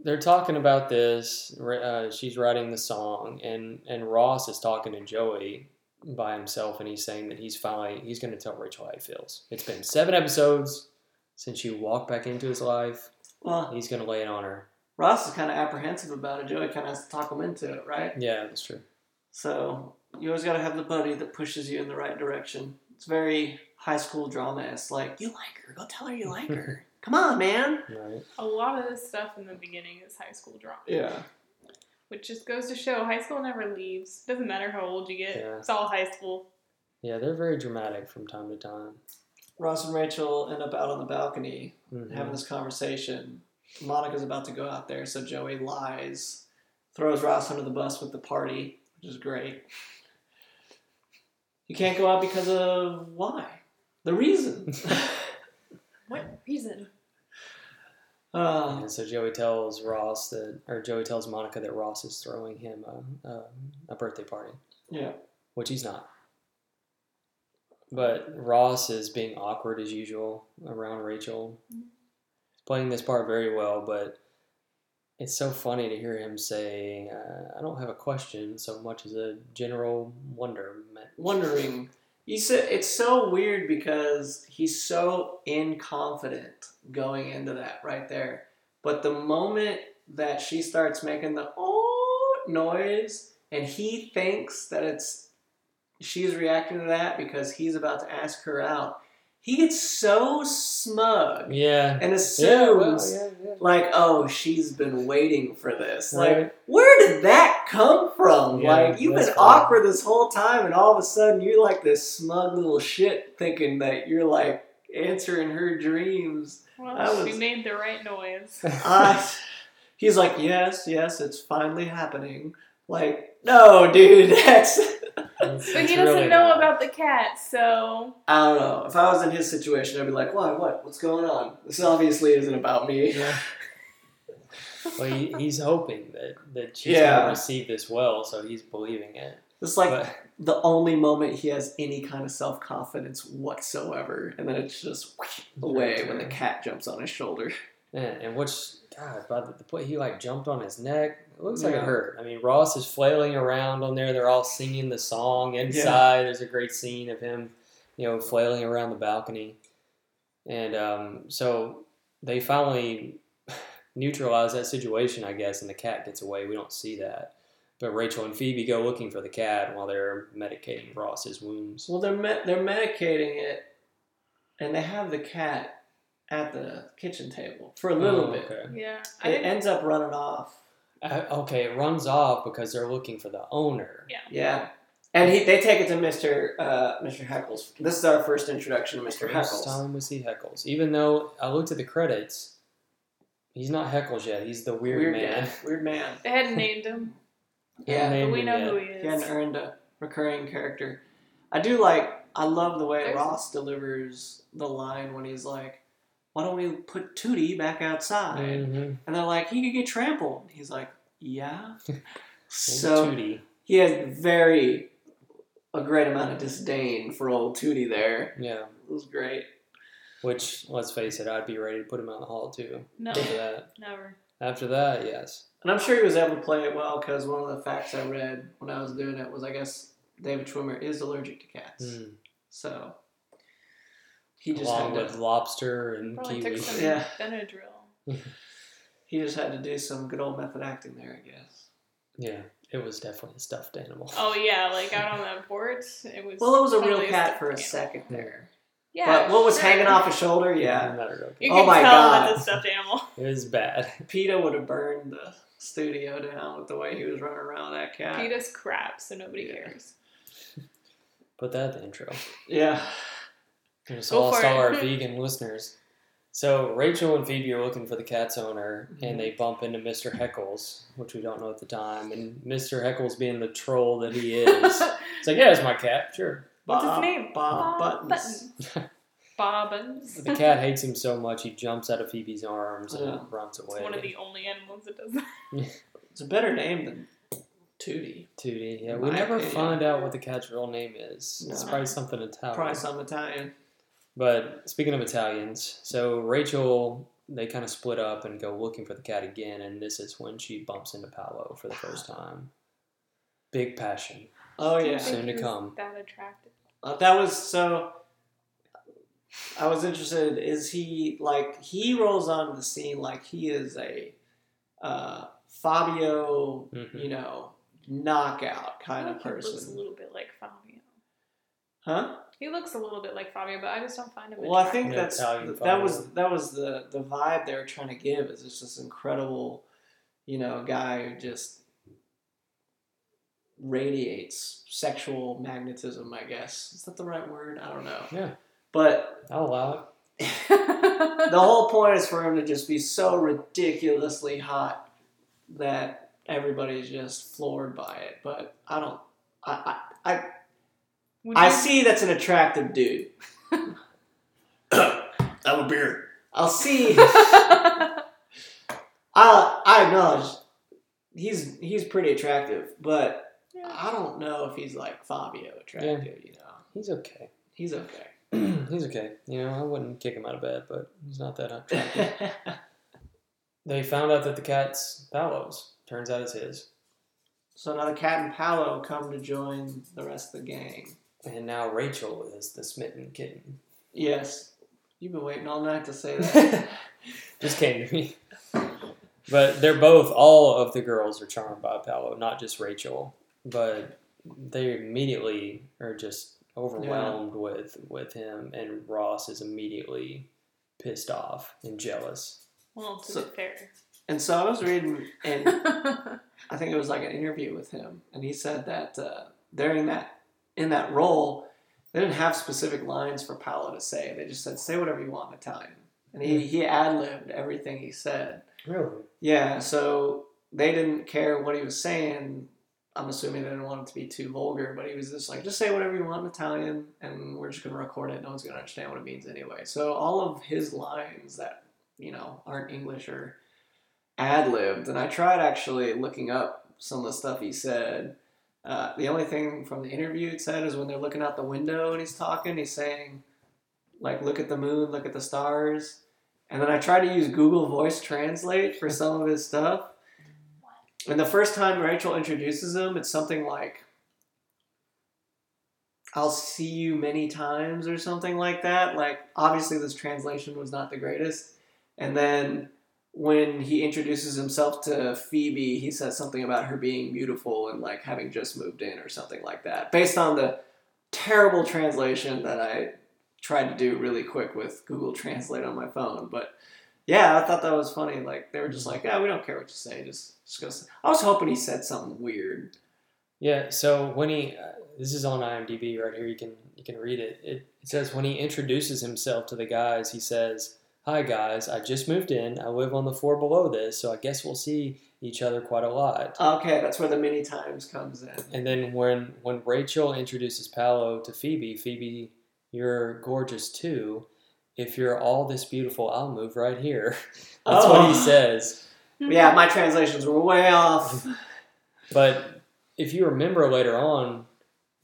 S2: they're talking about this. Uh, she's writing the song, and and Ross is talking to Joey by himself, and he's saying that he's finally he's going to tell Rachel how he feels. It's been seven episodes since you walked back into his life.
S3: Well,
S2: He's going to lay it on her.
S3: Ross is kind of apprehensive about it. Joey kind of has to talk him into it, right?
S2: Yeah, that's true.
S3: So you always got to have the buddy that pushes you in the right direction. It's very high school drama. It's like, you like her. Go tell her you like her. Come on, man.
S2: Right.
S4: A lot of this stuff in the beginning is high school drama.
S3: Yeah.
S4: Which just goes to show high school never leaves. Doesn't matter how old you get.
S2: Yeah.
S4: It's all high school.
S2: Yeah, they're very dramatic from time to time.
S3: Ross and Rachel end up out on the balcony
S2: Mhm.
S3: having this conversation. Monica's about to go out there, so Joey lies, throws Ross under the bus with the party, which is great. You can't go out because of why? The reason.
S4: What reason?
S3: uh,
S2: And so Joey tells Ross that, or Joey tells Monica that Ross is throwing him a, a, a birthday party,
S3: yeah.
S2: which he's not. But Ross is being awkward as usual around Rachel.
S4: Mm-hmm.
S2: He's playing this part very well, but it's so funny to hear him say, uh, I don't have a question so much as a general wonderment.
S3: Wondering. You said it's so weird because he's so inconfident going into that right there. But the moment that she starts making the oh noise and he thinks that it's she's reacting to that because he's about to ask her out, he gets so smug
S2: Yeah.
S3: and
S2: Yeah, well,
S3: assumes
S2: yeah, yeah.
S3: like, oh, she's been waiting for this. Like,
S2: Right.
S3: where did that come from?
S2: Yeah,
S3: like, you've been
S2: that's funny.
S3: awkward this whole time, and all of a sudden you're like this smug little shit thinking that you're like answering her dreams. That
S4: Well,
S3: was-
S4: she made the right noise.
S3: I, he's like, yes, yes, it's finally happening. Like, no, dude, that's.
S2: It's-
S4: But
S2: it's
S4: he doesn't
S2: really
S4: know
S2: not.
S4: about the cat, so
S3: I don't know. If I was in his situation, I'd be like, why, what? What's going on? This obviously isn't about me.
S2: Yeah. well, he, he's hoping that that she's
S3: Yeah.
S2: gonna receive this well, so he's believing it.
S3: It's like
S2: but
S3: the only moment he has any kind of self confidence whatsoever, and then it's just away when the cat jumps on his shoulder.
S2: and, and what's God, by the, the point he like jumped on his neck, it looks like it
S3: Yeah.
S2: hurt. I mean, Ross is flailing around on there. They're all singing the song inside. There's a great scene of him, you know, flailing around the balcony, and um, so they finally neutralize that situation, I guess, and the cat gets away. We don't see that. But Rachel and Phoebe go looking for the cat while they're medicating Ross's wounds.
S3: Well, they're me- they're medicating it, and they have the cat at the kitchen table for a little
S2: Oh,
S3: bit.
S2: okay.
S4: yeah. I
S3: It
S4: didn't-
S3: ends up running off.
S2: Uh, okay, it runs off because they're looking for the owner.
S4: Yeah.
S3: Yeah. And he, they take it to Mr. Uh, Mr. Heckles. This is our first introduction to Mr.
S2: First
S3: Heckles.
S2: time we see Heckles. Even though I looked at the credits, he's not Heckles yet. He's the weird, man.
S3: guy. Weird man.
S4: They hadn't named him,
S3: Yeah.
S2: Unnamed
S4: but we
S2: him
S4: know
S2: yet.
S4: who he is.
S3: He hadn't earned a recurring character. I do like. I love the way
S4: There's-
S3: Ross delivers the line when he's like, "Why don't we put Tootie back outside?"
S2: Mhm.
S3: And they're like, "He could get trampled." He's like, "Yeah."
S2: He's
S3: so
S2: Tootie.
S3: he has very a great amount of disdain for old Tootie there.
S2: Yeah.
S3: It was great.
S2: Which, let's face it, I'd be ready to put him out in the hall too.
S4: No,
S2: After that,
S4: never.
S2: after that, yes.
S3: And I'm sure he was able to play it well because one of the facts I read when I was doing it was I guess David Schwimmer is allergic to cats.
S2: Mm.
S3: So he just
S2: Along
S3: had
S2: with
S3: to,
S2: lobster and
S4: Probably
S2: kiwi.
S4: took some
S3: Yeah.
S4: Benadryl.
S3: he just had to do some good old method acting there, I guess.
S2: Yeah, it was definitely a stuffed animal.
S4: Oh yeah, like out on that porch, it was.
S3: Well, it was a
S4: totally
S3: real cat for a
S4: stuffed
S3: second there.
S4: animal. Yeah,
S3: but what was
S4: sure.
S3: hanging off his shoulder? Yeah.
S2: Not a okay.
S4: You
S3: Oh
S4: can
S3: my
S4: tell
S3: God.
S4: that's a stuffed animal.
S2: It was bad.
S3: PETA would have burned the studio down with the way he was running around with that cat.
S4: Peta's crap, so nobody
S3: Yeah.
S4: cares.
S2: Put that in the intro.
S3: Yeah.
S2: And It's
S4: Go
S2: all
S4: for
S2: all
S4: it.
S2: our vegan listeners. So Rachel and Phoebe are looking for the cat's owner, and
S4: Mm-hmm.
S2: they bump into Mr. Heckles, which we don't know at the time. And Mr. Heckles, being the troll that he is, it's like, yeah, it's my cat, sure.
S4: What's his
S3: Bob-
S4: name?
S3: Bob,
S4: Bob
S3: Buttons.
S4: Button. Bobbins.
S2: But the cat hates him so much, he jumps out of Phoebe's arms and
S3: Yeah.
S2: runs
S4: It's
S2: away.
S4: one of the only animals that does that.
S3: Oh, It's a better name than Tootie.
S2: Tootie. Yeah,
S3: In
S2: we
S3: my
S2: never
S3: opinion.
S2: find out what the cat's real name is. It's
S3: No.
S2: probably something Italian.
S3: Probably some Italian.
S2: But speaking of Italians, so Rachel, they kind of split up and go looking for the cat again, and this is when she bumps into Paolo for the first time. Big passion.
S3: Oh
S4: I don't
S3: yeah.
S4: think
S2: Soon to
S4: he was
S2: come.
S4: That attractive.
S3: Uh, that was so. I was interested. Is he like he rolls onto the scene like he is a uh, Fabio,
S2: Mhm.
S3: you know, knockout
S4: I
S3: kind
S4: like
S3: of
S4: He looks a
S3: person,
S4: little bit like Fabio.
S3: huh?
S4: He looks a little bit like Fabio, but I just don't find him.
S3: Well, I think
S2: Yeah,
S3: that's
S2: Italian
S3: that
S2: Fabio.
S3: was that was the the vibe they were trying to give. Is just this incredible, you know, guy who just radiates sexual magnetism. I guess is that the right word? I don't know.
S2: Yeah.
S3: But
S2: I'll allow it.
S4: attractive.
S3: the whole point is for him to just be so ridiculously hot that everybody's just floored by it. But I don't. I I, I,
S4: Would
S3: I
S4: you-
S3: see that's an attractive dude. I'm a beer. I'll see. I I acknowledge he's he's pretty attractive, but
S4: Yeah.
S3: I don't know if he's like Fabio attractive. You know,
S2: He's okay.
S3: he's okay.
S2: he's okay. You know, I wouldn't kick him out of bed, but he's not that attractive. they found out that the cat's Paolo's. Turns out it's his.
S3: so now the cat and Paolo come to join the rest of the gang.
S2: And now Rachel is the smitten kitten.
S3: Yes. You've been waiting all night to say that.
S2: Just came to me. But they're both, all of the girls are charmed by Paolo, not just Rachel. But they immediately are just overwhelmed with, with him, and Ross is immediately pissed off and jealous.
S4: Well, to
S3: So-
S4: be fair.
S3: and so I was reading, and I think it was like an interview with him, and he said that uh, they're in that in that role. They didn't have specific lines for Paolo to say. They just said, "Say whatever you want in Italian," and he he ad libbed everything he said.
S2: Really?
S3: Yeah, so they didn't care what he was saying. I'm assuming they didn't want it to be too vulgar, but he was just like, just say whatever you want in Italian, and we're just gonna record it. No one's gonna understand what it means anyway. So all of his lines that you know aren't English are ad libbed, and I tried actually looking up some of the stuff he said. Uh, the only thing from the interview it said is when they're looking out the window and he's talking, he's saying, like, look at the moon, look at the stars. And then I tried to use Google Voice Translate for some of his stuff. And the first time Rachel introduces him, it's something like, I'll see you many times or something like that. Like, obviously, this translation was not the greatest. And then when he introduces himself to Phoebe, he says something about her being beautiful and like having just moved in or something like that, based on the terrible translation that I tried to do really quick with Google Translate on my phone. But yeah, I thought that was funny. Like they were just like, yeah, we don't care what you say, just just go. Say. I was hoping he said something weird.
S2: Yeah, so when he, uh, this is on IMDb right here. You can you can read it. it. It says when he introduces himself to the guys, he says, "Hi guys, I just moved in. I live on the floor below this, so I guess we'll see each other quite a lot."
S3: Okay, that's where the many times comes in.
S2: And then when when Rachel introduces Paolo to Phoebe, Phoebe, you're gorgeous too. If you're all this beautiful, I'll move right here. That's what he
S3: Oh.
S2: says.
S3: Yeah, my translations were way off.
S2: But if you remember later on,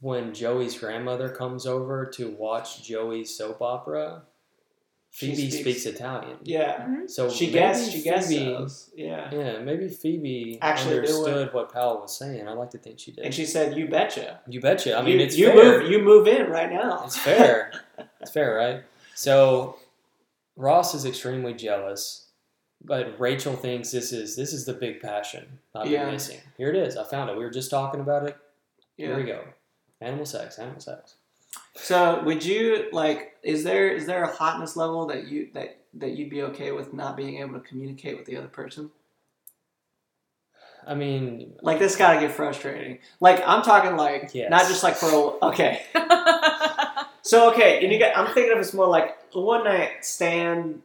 S2: when Joey's grandmother comes over to watch Joey's soap opera,
S3: She
S2: Phoebe
S3: speaks-
S2: speaks, Italian.
S3: Yeah.
S2: So
S3: She
S2: maybe
S3: guessed. She guessed
S2: Phoebe-
S3: those. Yeah.
S2: Yeah, maybe Phoebe
S3: Actually knew what-
S2: understood what Powell was saying. I like to think she did.
S3: And she said, "You betcha."
S2: you betcha. I mean,
S3: you,
S2: it's
S3: you
S2: fair.
S3: move. You move in right now.
S2: It's fair. it's fair, right? So Ross is extremely jealous, but Rachel thinks this is this is the big passion I've
S3: Yeah.
S2: been missing. Here it is. I found it. We were just talking about it. Here we
S3: yeah.
S2: go. Animal sex. Animal sex.
S3: So, would you like? Is there is there a hotness level that you that that you'd be okay with not being able to communicate with the other person?
S2: I mean,
S3: Like that's gotta get frustrating. Like I'm talking like
S2: Yes.
S3: not just like for a, okay.
S4: yeah,
S3: So okay, and you got I'm thinking of it's more like a one night stand.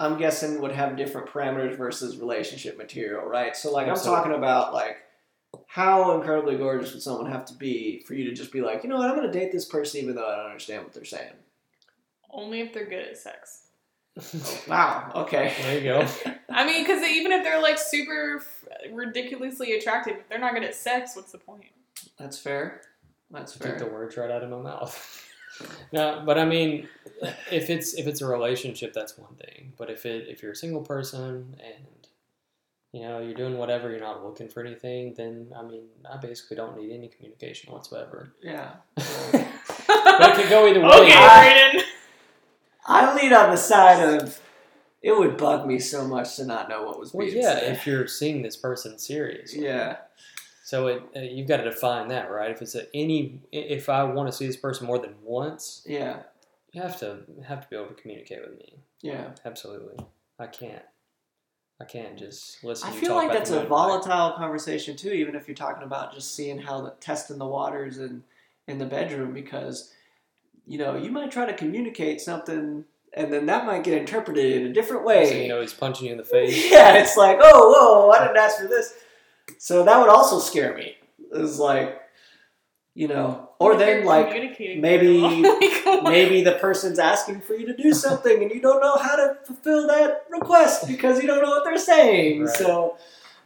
S3: I'm guessing would have different parameters versus relationship material, right? So like
S2: Absolutely.
S3: I'm talking about like how incredibly gorgeous would someone have to be for you to just be like, you know what, I'm gonna date this person even though I don't understand what they're saying.
S4: only if they're good at sex.
S3: Oh, Wow. Okay.
S2: there you go.
S4: I mean, because even if they're like super f- ridiculously attractive, if they're not good at sex, what's the point?
S3: That's fair. That's
S2: took the
S3: fair.
S2: words right out of my mouth. no, but I mean, if it's if it's a relationship, that's one thing. But if it if you're a single person and you know you're doing whatever, you're not looking for anything, then I mean, I basically don't need any communication whatsoever.
S3: Yeah.
S2: but it could go either way.
S4: okay, Brayden.
S3: I lean on the side of it would bug me so much to not know what was
S2: Well,
S3: being
S2: yeah,
S3: said.
S2: if you're seeing this person seriously.
S3: Yeah.
S2: So it, uh, you've got to define that, right? If it's a, any, if I want to see this person more than once,
S3: Yeah.
S2: you have to have to be able to communicate with me.
S3: Yeah.
S2: Absolutely. I can't. I can't just listen.
S3: I
S2: to you
S3: feel
S2: talk
S3: like
S2: about
S3: that's
S2: the
S3: a
S2: moon, right?
S3: volatile conversation too, even if you're talking about just seeing how the testing the waters in in the bedroom because you know, you might try to communicate something and then that might get interpreted in a different
S2: Next thing
S3: way.
S2: you know, he's punching you in the face.
S3: yeah, it's like, oh, whoa, I didn't ask for this. So that would also scare me. It's like, you know, or
S4: If
S3: then
S4: you're
S3: like
S4: communicating
S3: maybe-
S4: well. Like, what?
S3: maybe the person's asking for you to do something and you don't know how to fulfill that request because you don't know what they're saying.
S2: Right.
S3: So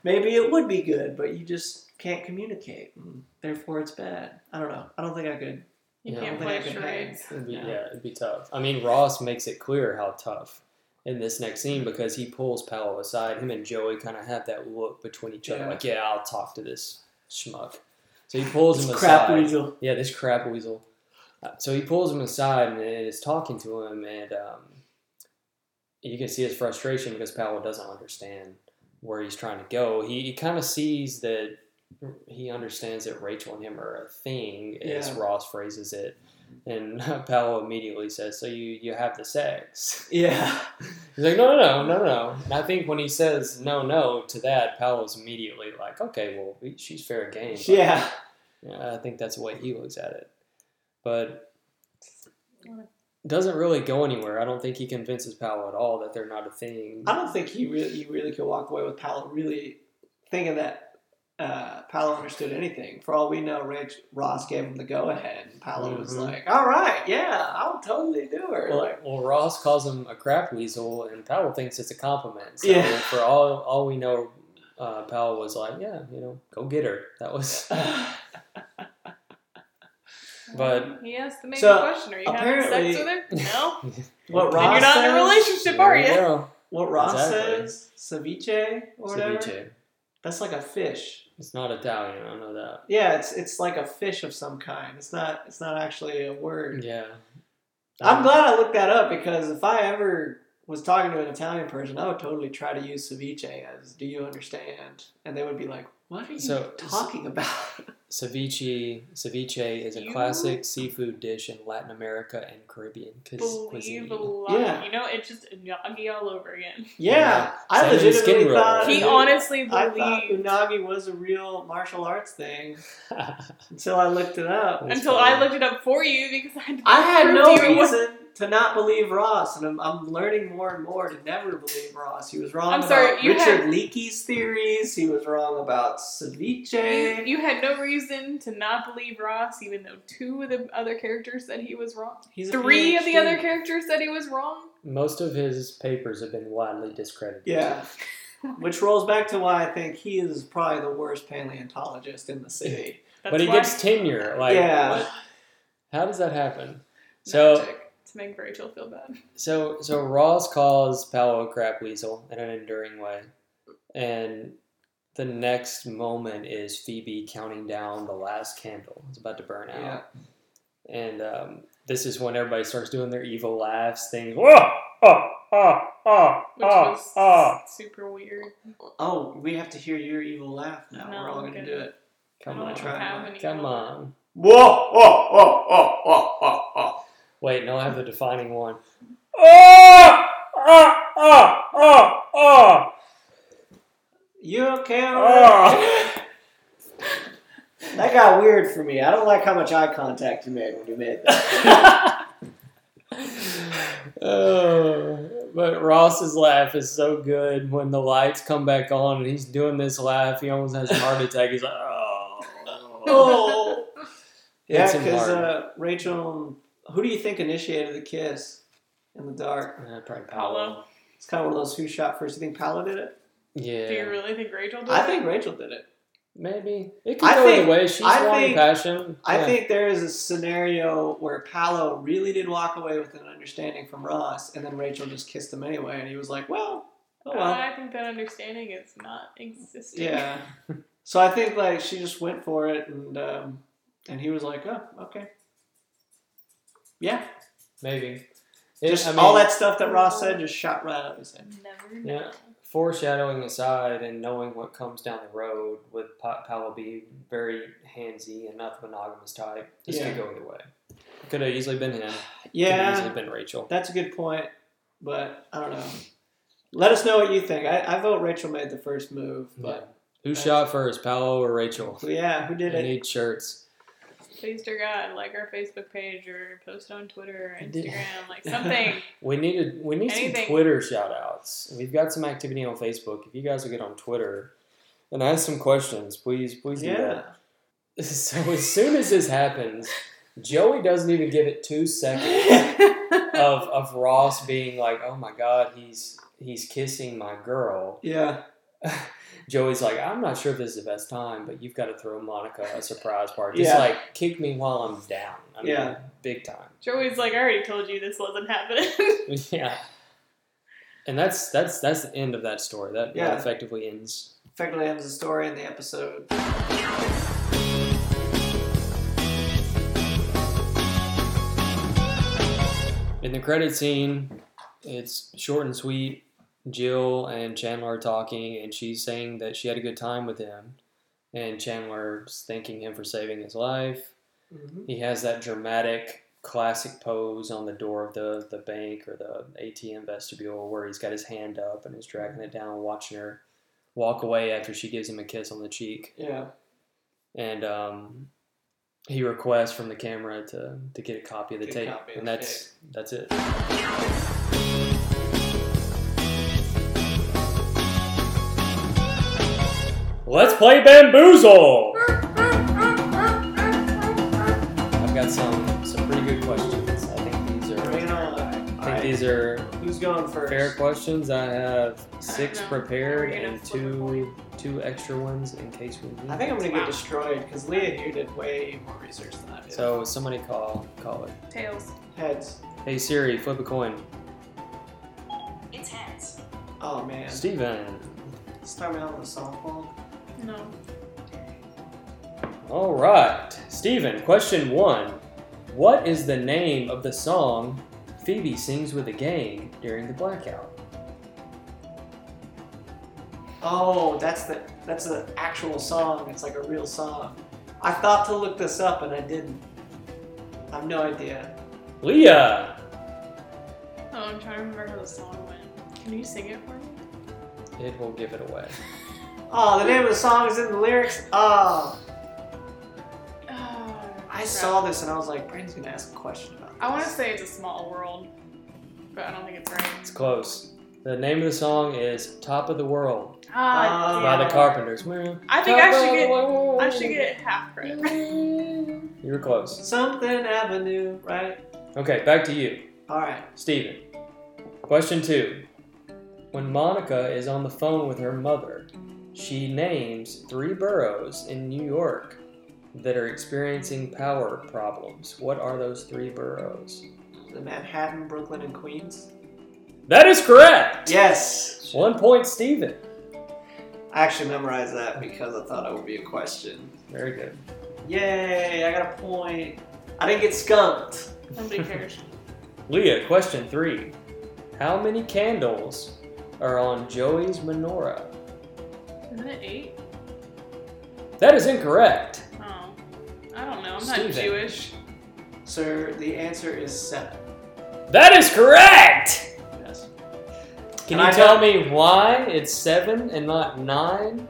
S3: maybe it would be good, but you just can't communicate. and Therefore, it's bad. I don't know. I don't think I could.
S4: you
S2: Yeah.
S4: can't
S3: I don't
S4: play
S3: think I could hang.
S4: charades.
S2: It'd be,
S3: Yeah.
S2: yeah. it'd be tough. I mean, Ross makes it clear how tough in this next scene because he pulls Paolo aside. Him and Joey kind of have that look between each other,
S3: Yeah.
S2: like, "Yeah, I'll talk to this schmuck." So he pulls
S3: It's
S2: him
S3: crap
S2: aside.
S3: weasel.
S2: Yeah, this crab weasel. Uh, So he pulls him aside and is talking to him, and um, you can see his frustration because Powell doesn't understand where he's trying to go. He, he kind of sees that he understands that Rachel and him are a thing, as
S3: Yeah.
S2: Ross phrases it, and Powell immediately says, "So you you have the sex."
S3: Yeah.
S2: He's like, "No, no, no, no, no." And I think when he says "no, no" to that, Powell's immediately like, "Okay, well, she's fair game." Like,
S3: Yeah.
S2: yeah, I think that's the way he looks at it. But doesn't really go anywhere. I don't think he convinces Paolo at all that they're not a thing.
S3: I don't think he really, you really could walk away with Paolo really thinking that uh, Paolo understood anything. For all we know, Rich Ross gave him the go ahead, and Paolo was
S2: Mhm.
S3: like, "All right, yeah, I'll totally do her."
S2: Well,
S3: like,
S2: well, Ross calls him a crap weasel, and Powell thinks it's a compliment. So
S3: Yeah.
S2: for all all we know, uh, Powell was like, "Yeah, you know, go get her." That was But-
S4: he asked the main
S3: So,
S4: question: Are you having
S3: apparently-
S4: sex with her? No.
S3: what
S4: then
S3: Ross
S4: you're not in a
S3: says-
S4: relationship, are you?
S2: There
S3: what Ross
S2: Exactly.
S3: says, ceviche or
S2: we go.
S3: whatever.
S2: Ceviche.
S3: That's like a fish.
S2: It's not Italian. I know that.
S3: Yeah, it's it's like a fish of some kind. It's not it's not actually a word.
S2: Yeah. Um,
S3: I'm glad I looked that up because if I ever was talking to an Italian person, I would totally try to use ceviche as "Do you understand?" and they would be like, "What are you
S2: So-
S3: talking about?"
S2: Ceviche, ceviche is a
S4: You-
S2: classic seafood dish in Latin America and Caribbean cuis-
S4: Believe the
S2: cuisine.
S4: lie.
S3: Yeah.
S4: You know, it's just unagi all over again.
S3: yeah,
S2: Yeah.
S3: I
S2: Same as skin
S3: legitimately
S2: roll.
S3: thought
S4: He
S3: I
S4: honestly
S3: thought
S4: believed
S3: unagi was a real martial arts thing until I looked it up.
S2: That's
S4: until
S2: funny.
S4: I looked it up for you because I had, to
S3: I had
S4: prove
S3: no
S4: to you it was-
S3: reason to not believe Ross, and I'm, I'm learning more and more to never believe Ross. He was wrong
S4: I'm
S3: about
S4: sorry, you
S3: Richard
S4: had-
S3: Leakey's theories. He was wrong about ceviche.
S4: You, you had no reason to not believe Ross, even though two of the other characters said he was wrong.
S3: He's a
S4: Three of the
S3: PhD.
S4: other characters said he was wrong.
S2: Most of his papers have been widely discredited.
S3: Yeah, Which rolls back to why I think he is probably the worst paleontologist in the city.
S4: That's
S2: but he
S4: why
S2: gets tenure. Like,
S3: Yeah.
S2: what? how does that happen? So,
S3: Magic.
S4: to make Rachel feel bad.
S2: so, so Ross calls Paolo a crap weasel in an enduring way, and the next moment is Phoebe counting down the last candle. It's about to burn out.
S3: yeah,
S2: And um, this is when everybody starts doing their evil laughs, things. Oh, oh, oh, oh,
S4: Which
S2: oh,
S4: was
S2: oh.
S4: super weird.
S3: oh, we have to hear your evil laugh now.
S4: No,
S3: We're all
S4: I'm
S3: gonna
S4: good.
S3: do it.
S2: Come
S4: I
S2: on,
S4: don't
S3: try
S4: have
S3: it.
S4: any
S2: come
S4: other-
S2: on.
S3: Whoa, whoa, whoa, whoa, whoa, whoa, whoa.
S2: Wait, no, I have the defining one. Oh, oh, oh, oh, oh.
S3: You okay? over
S2: Oh.
S3: there? That got weird for me. I don't like how much eye contact you made when you made that.
S2: oh, but Ross's laugh is so good when the lights come back on and he's doing this laugh. He almost has a heart attack. He's like, oh.
S3: oh. Yeah,
S2: Hits him
S3: because
S2: hard.
S3: uh, Rachel, who do you think initiated the kiss in the dark?
S2: Uh, probably
S4: Paolo.
S3: It's kind of one of those who shot first. You think Paolo did it?
S2: Yeah.
S4: Do you really think Rachel did
S3: I
S4: it?
S3: think Rachel did it.
S2: Maybe. It could
S3: I
S2: go
S3: think-
S2: either way. She's
S3: I
S2: won
S3: think-
S2: passion.
S3: I
S2: Yeah.
S3: think there is a scenario where Paolo really did walk away with an understanding from Ross, and then Rachel just kissed him anyway, and he was like, well, oh well.
S4: I think that understanding is not existing.
S3: Yeah. So I think, like, she just went for it, and, um, and he was like, oh, okay. Yeah.
S2: maybe. It-
S3: Just
S2: I mean,
S3: all that stuff that Ross said just shot right out of his head.
S4: Never
S2: Yeah.
S4: know.
S2: foreshadowing aside and knowing what comes down the road with Pa- Paolo being very handsy and not the monogamous type, this
S3: Yeah.
S2: could go either way. Could have easily been him. Could have
S3: Yeah.
S2: easily been Rachel.
S3: That's a good point, but I don't know. Let us know what you think. I, I vote Rachel made the first move, but
S2: Who shot first, Paolo or Rachel?
S3: but yeah, who
S2: I
S3: did it?
S2: need shirts.
S4: Please to God, like our Facebook page or post it on Twitter or
S2: I did-
S4: Instagram, like something.
S2: We need a, we need some
S4: Anything.
S2: Twitter shout outs. We've got some activity on Facebook. If you guys will get on Twitter and ask some questions, please please do that.
S3: Yeah,
S2: So as soon as this happens, Joey doesn't even give it two seconds of, of Ross being like, "Oh my God, he's he's kissing my girl."
S3: yeah.
S2: Joey's like, "I'm not sure if this is the best time, but you've got to throw Monica a surprise party. Just
S3: Yeah.
S2: like kick me while I'm down. I mean,
S3: Yeah.
S2: big time.
S4: Joey's like, I already told you this wasn't happening.
S2: yeah." And that's that's that's the end of that story. That,
S3: Yeah.
S2: that effectively ends.
S3: Effectively ends the story in the episode.
S2: In the credit scene, it's short and sweet. Jill and Chandler are talking, and she's saying that she had a good time with him. And Chandler's thanking him for saving his life.
S3: Mhm.
S2: He has that dramatic classic pose on the door of the, the bank or the ATM vestibule where he's got his hand up and is dragging it down, watching her walk away after she gives him a kiss on the cheek.
S3: Yeah,
S2: And um, he requests from the camera to, to get a copy of the
S3: Get a
S2: tape.
S3: copy of
S2: and
S3: the
S2: that's that's it. Let's play bamboozle! I've got some some pretty good questions. I think these are
S3: bring it
S2: I
S3: on. All
S2: think
S3: right.
S2: these are
S3: Who's going first?
S2: fair questions. I have six
S4: I don't know.
S2: prepared
S4: Are we gonna
S2: and
S4: flip a
S2: two two extra ones in case we need.
S3: I think I'm gonna
S4: Wow.
S3: get destroyed because Leah here did way more research than I did.
S2: so somebody call call it.
S4: Tails.
S3: heads.
S2: Hey Siri, flip a coin.
S5: It's heads.
S3: Oh man,
S2: Steven.
S3: start me out with a softball.
S4: No.
S2: All right. Steven, question 1. What is the name of the song Phoebe sings with the gang during the blackout?
S3: Oh, that's the that's the actual song. It's like a real song. I thought to look this up and I didn't. I have no idea.
S2: Leah.
S4: Oh, I'm trying to remember how the song went. Can you sing it for me?
S2: It will give it away.
S3: Oh, the name of the song is in the lyrics. Oh,
S4: Oh,
S3: I saw this and I was like, Brandon's gonna ask a question about. This.
S4: I want to say it's a small world, but I don't think it's right.
S2: It's close. The name of the song is Top of the World
S4: Ah,
S3: Oh.
S4: damn
S2: by the
S4: it.
S2: Carpenters.
S4: I think I
S2: Top
S4: should
S2: of the
S4: get-
S2: world.
S4: I should get half credit.
S2: You were close.
S3: something Avenue, right?
S2: Okay, back to you,
S3: All right.
S2: Steven. Question 2. When Monica is on the phone with her mother, she names three boroughs in New York that are experiencing power problems. What are those three boroughs?
S3: The Manhattan, Brooklyn, and Queens.
S2: That is correct!
S3: Yes.
S2: One point, Steven.
S3: I actually memorized that because I thought it would be a question.
S2: Very good.
S3: Yay! I got a point. I didn't get skunked.
S4: Nobody cares.
S2: Leah, question three. How many candles are on Joey's menorah?
S4: Isn't it eight?
S2: That is incorrect.
S4: Oh. I don't know. I'm
S2: Steven.
S4: not Jewish.
S3: Sir, the answer is seven.
S2: That is correct!
S3: Yes.
S2: Can
S3: And
S2: you
S3: I
S2: tell
S3: got-
S2: me why it's seven and not nine?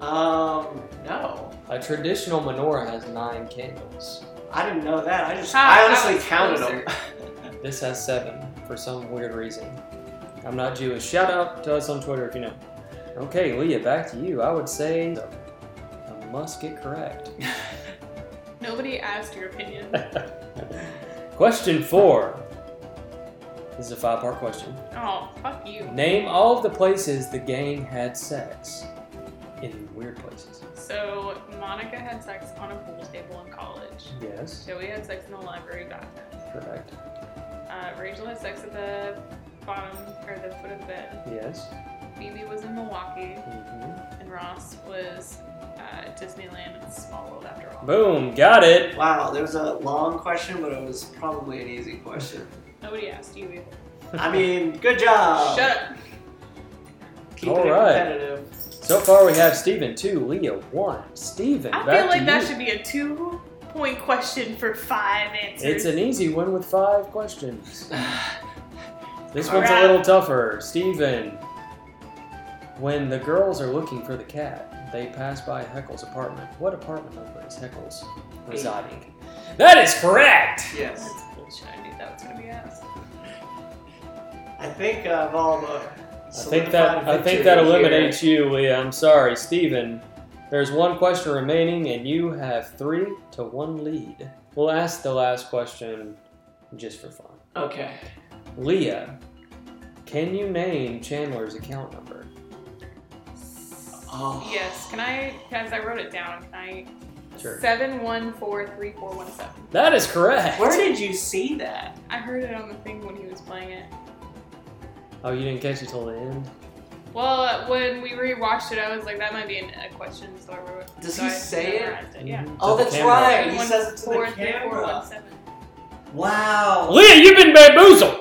S3: Um, no.
S2: A traditional menorah has nine candles.
S3: I didn't know that. I just,
S4: Huh,
S3: I
S4: that
S3: honestly
S4: was
S3: counted
S4: closer.
S3: them.
S2: This has seven for some weird reason. I'm not Jewish. Shout out to us on Twitter if you know. Okay, Leah, back to you. I would say I must get correct.
S4: Nobody asked your opinion.
S2: Question four. This is a five part question.
S4: oh, fuck you.
S2: Name all of the places the gang had sex. In weird places.
S4: So Monica had sex on a pool table in college.
S2: Yes.
S4: Joey had sex in the library bathroom.
S2: Correct.
S4: Uh, Rachel had sex at the bottom or the foot of the bed.
S2: Yes.
S4: Phoebe was in Milwaukee,
S2: Mhm.
S4: and Ross was uh, Disneyland and Small World after all.
S2: Boom, got it.
S3: Wow, there was a long question, but it was probably an easy question.
S4: Nobody asked you either.
S3: I mean, good
S2: Um,
S3: job.
S4: Shut up.
S3: Keep
S2: All
S3: it
S2: right.
S3: competitive.
S2: So far we have Steven two, Leah one. Steven,
S4: I
S2: back
S4: feel like
S2: to
S4: that
S2: you.
S4: should be a two point question for five answers.
S2: It's an easy one with five questions. This
S4: All
S2: one's a
S4: right.
S2: little tougher. Steven. When the girls are looking for the cat, they pass by Heckle's apartment. What apartment number is Heckles residing? That is correct!
S3: Yes.
S4: That's bullshit. I knew that was going to be asked.
S3: I think uh, Volvo.
S2: I think that I think that eliminates you, Leah. I'm sorry, Steven. There's one question remaining, and you have three to one lead. We'll ask the last question just for fun.
S3: Okay.
S2: Leah, can you name Chandler's account number?
S3: Oh.
S4: Yes. Can I, guys, I wrote it down. Can I?
S2: Sure.
S4: 7143417.
S2: That is correct.
S3: Where did you see that?
S4: I heard it on the thing when he was playing it.
S2: Oh, you didn't catch it till the end.
S4: Well, when we rewatched it, I was like, that might be an, a question, so I wrote
S3: Does
S4: so
S3: he
S4: I
S3: say it?
S4: memorized Yeah.
S2: Mhm.
S3: Oh,
S2: To the
S3: that's
S2: camera.
S3: right. He says it to the
S4: 7143417.
S3: Wow.
S2: Leah, you've been bamboozled.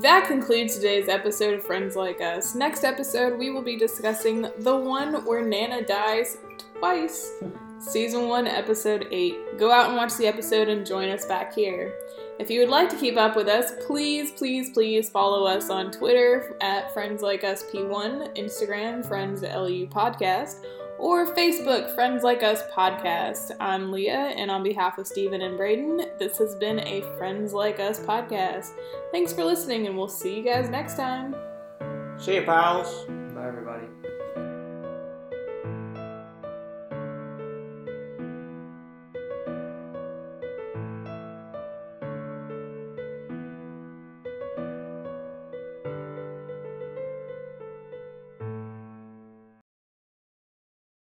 S4: That concludes today's episode of Friends Like Us. Next episode, we will be discussing the one where Nana dies twice. Season 1, Episode 8. Go out and watch the episode and join us back here. If you would like to keep up with us, please, please, please follow us on Twitter at Friends Like Us P1, Instagram Friends LU Podcast, or Facebook Friends Like Us Podcast. I'm Leah, and on behalf of Stephen and Braden, this has been a Friends Like Us podcast. Thanks for listening, and we'll see you guys next time.
S3: See you, pals.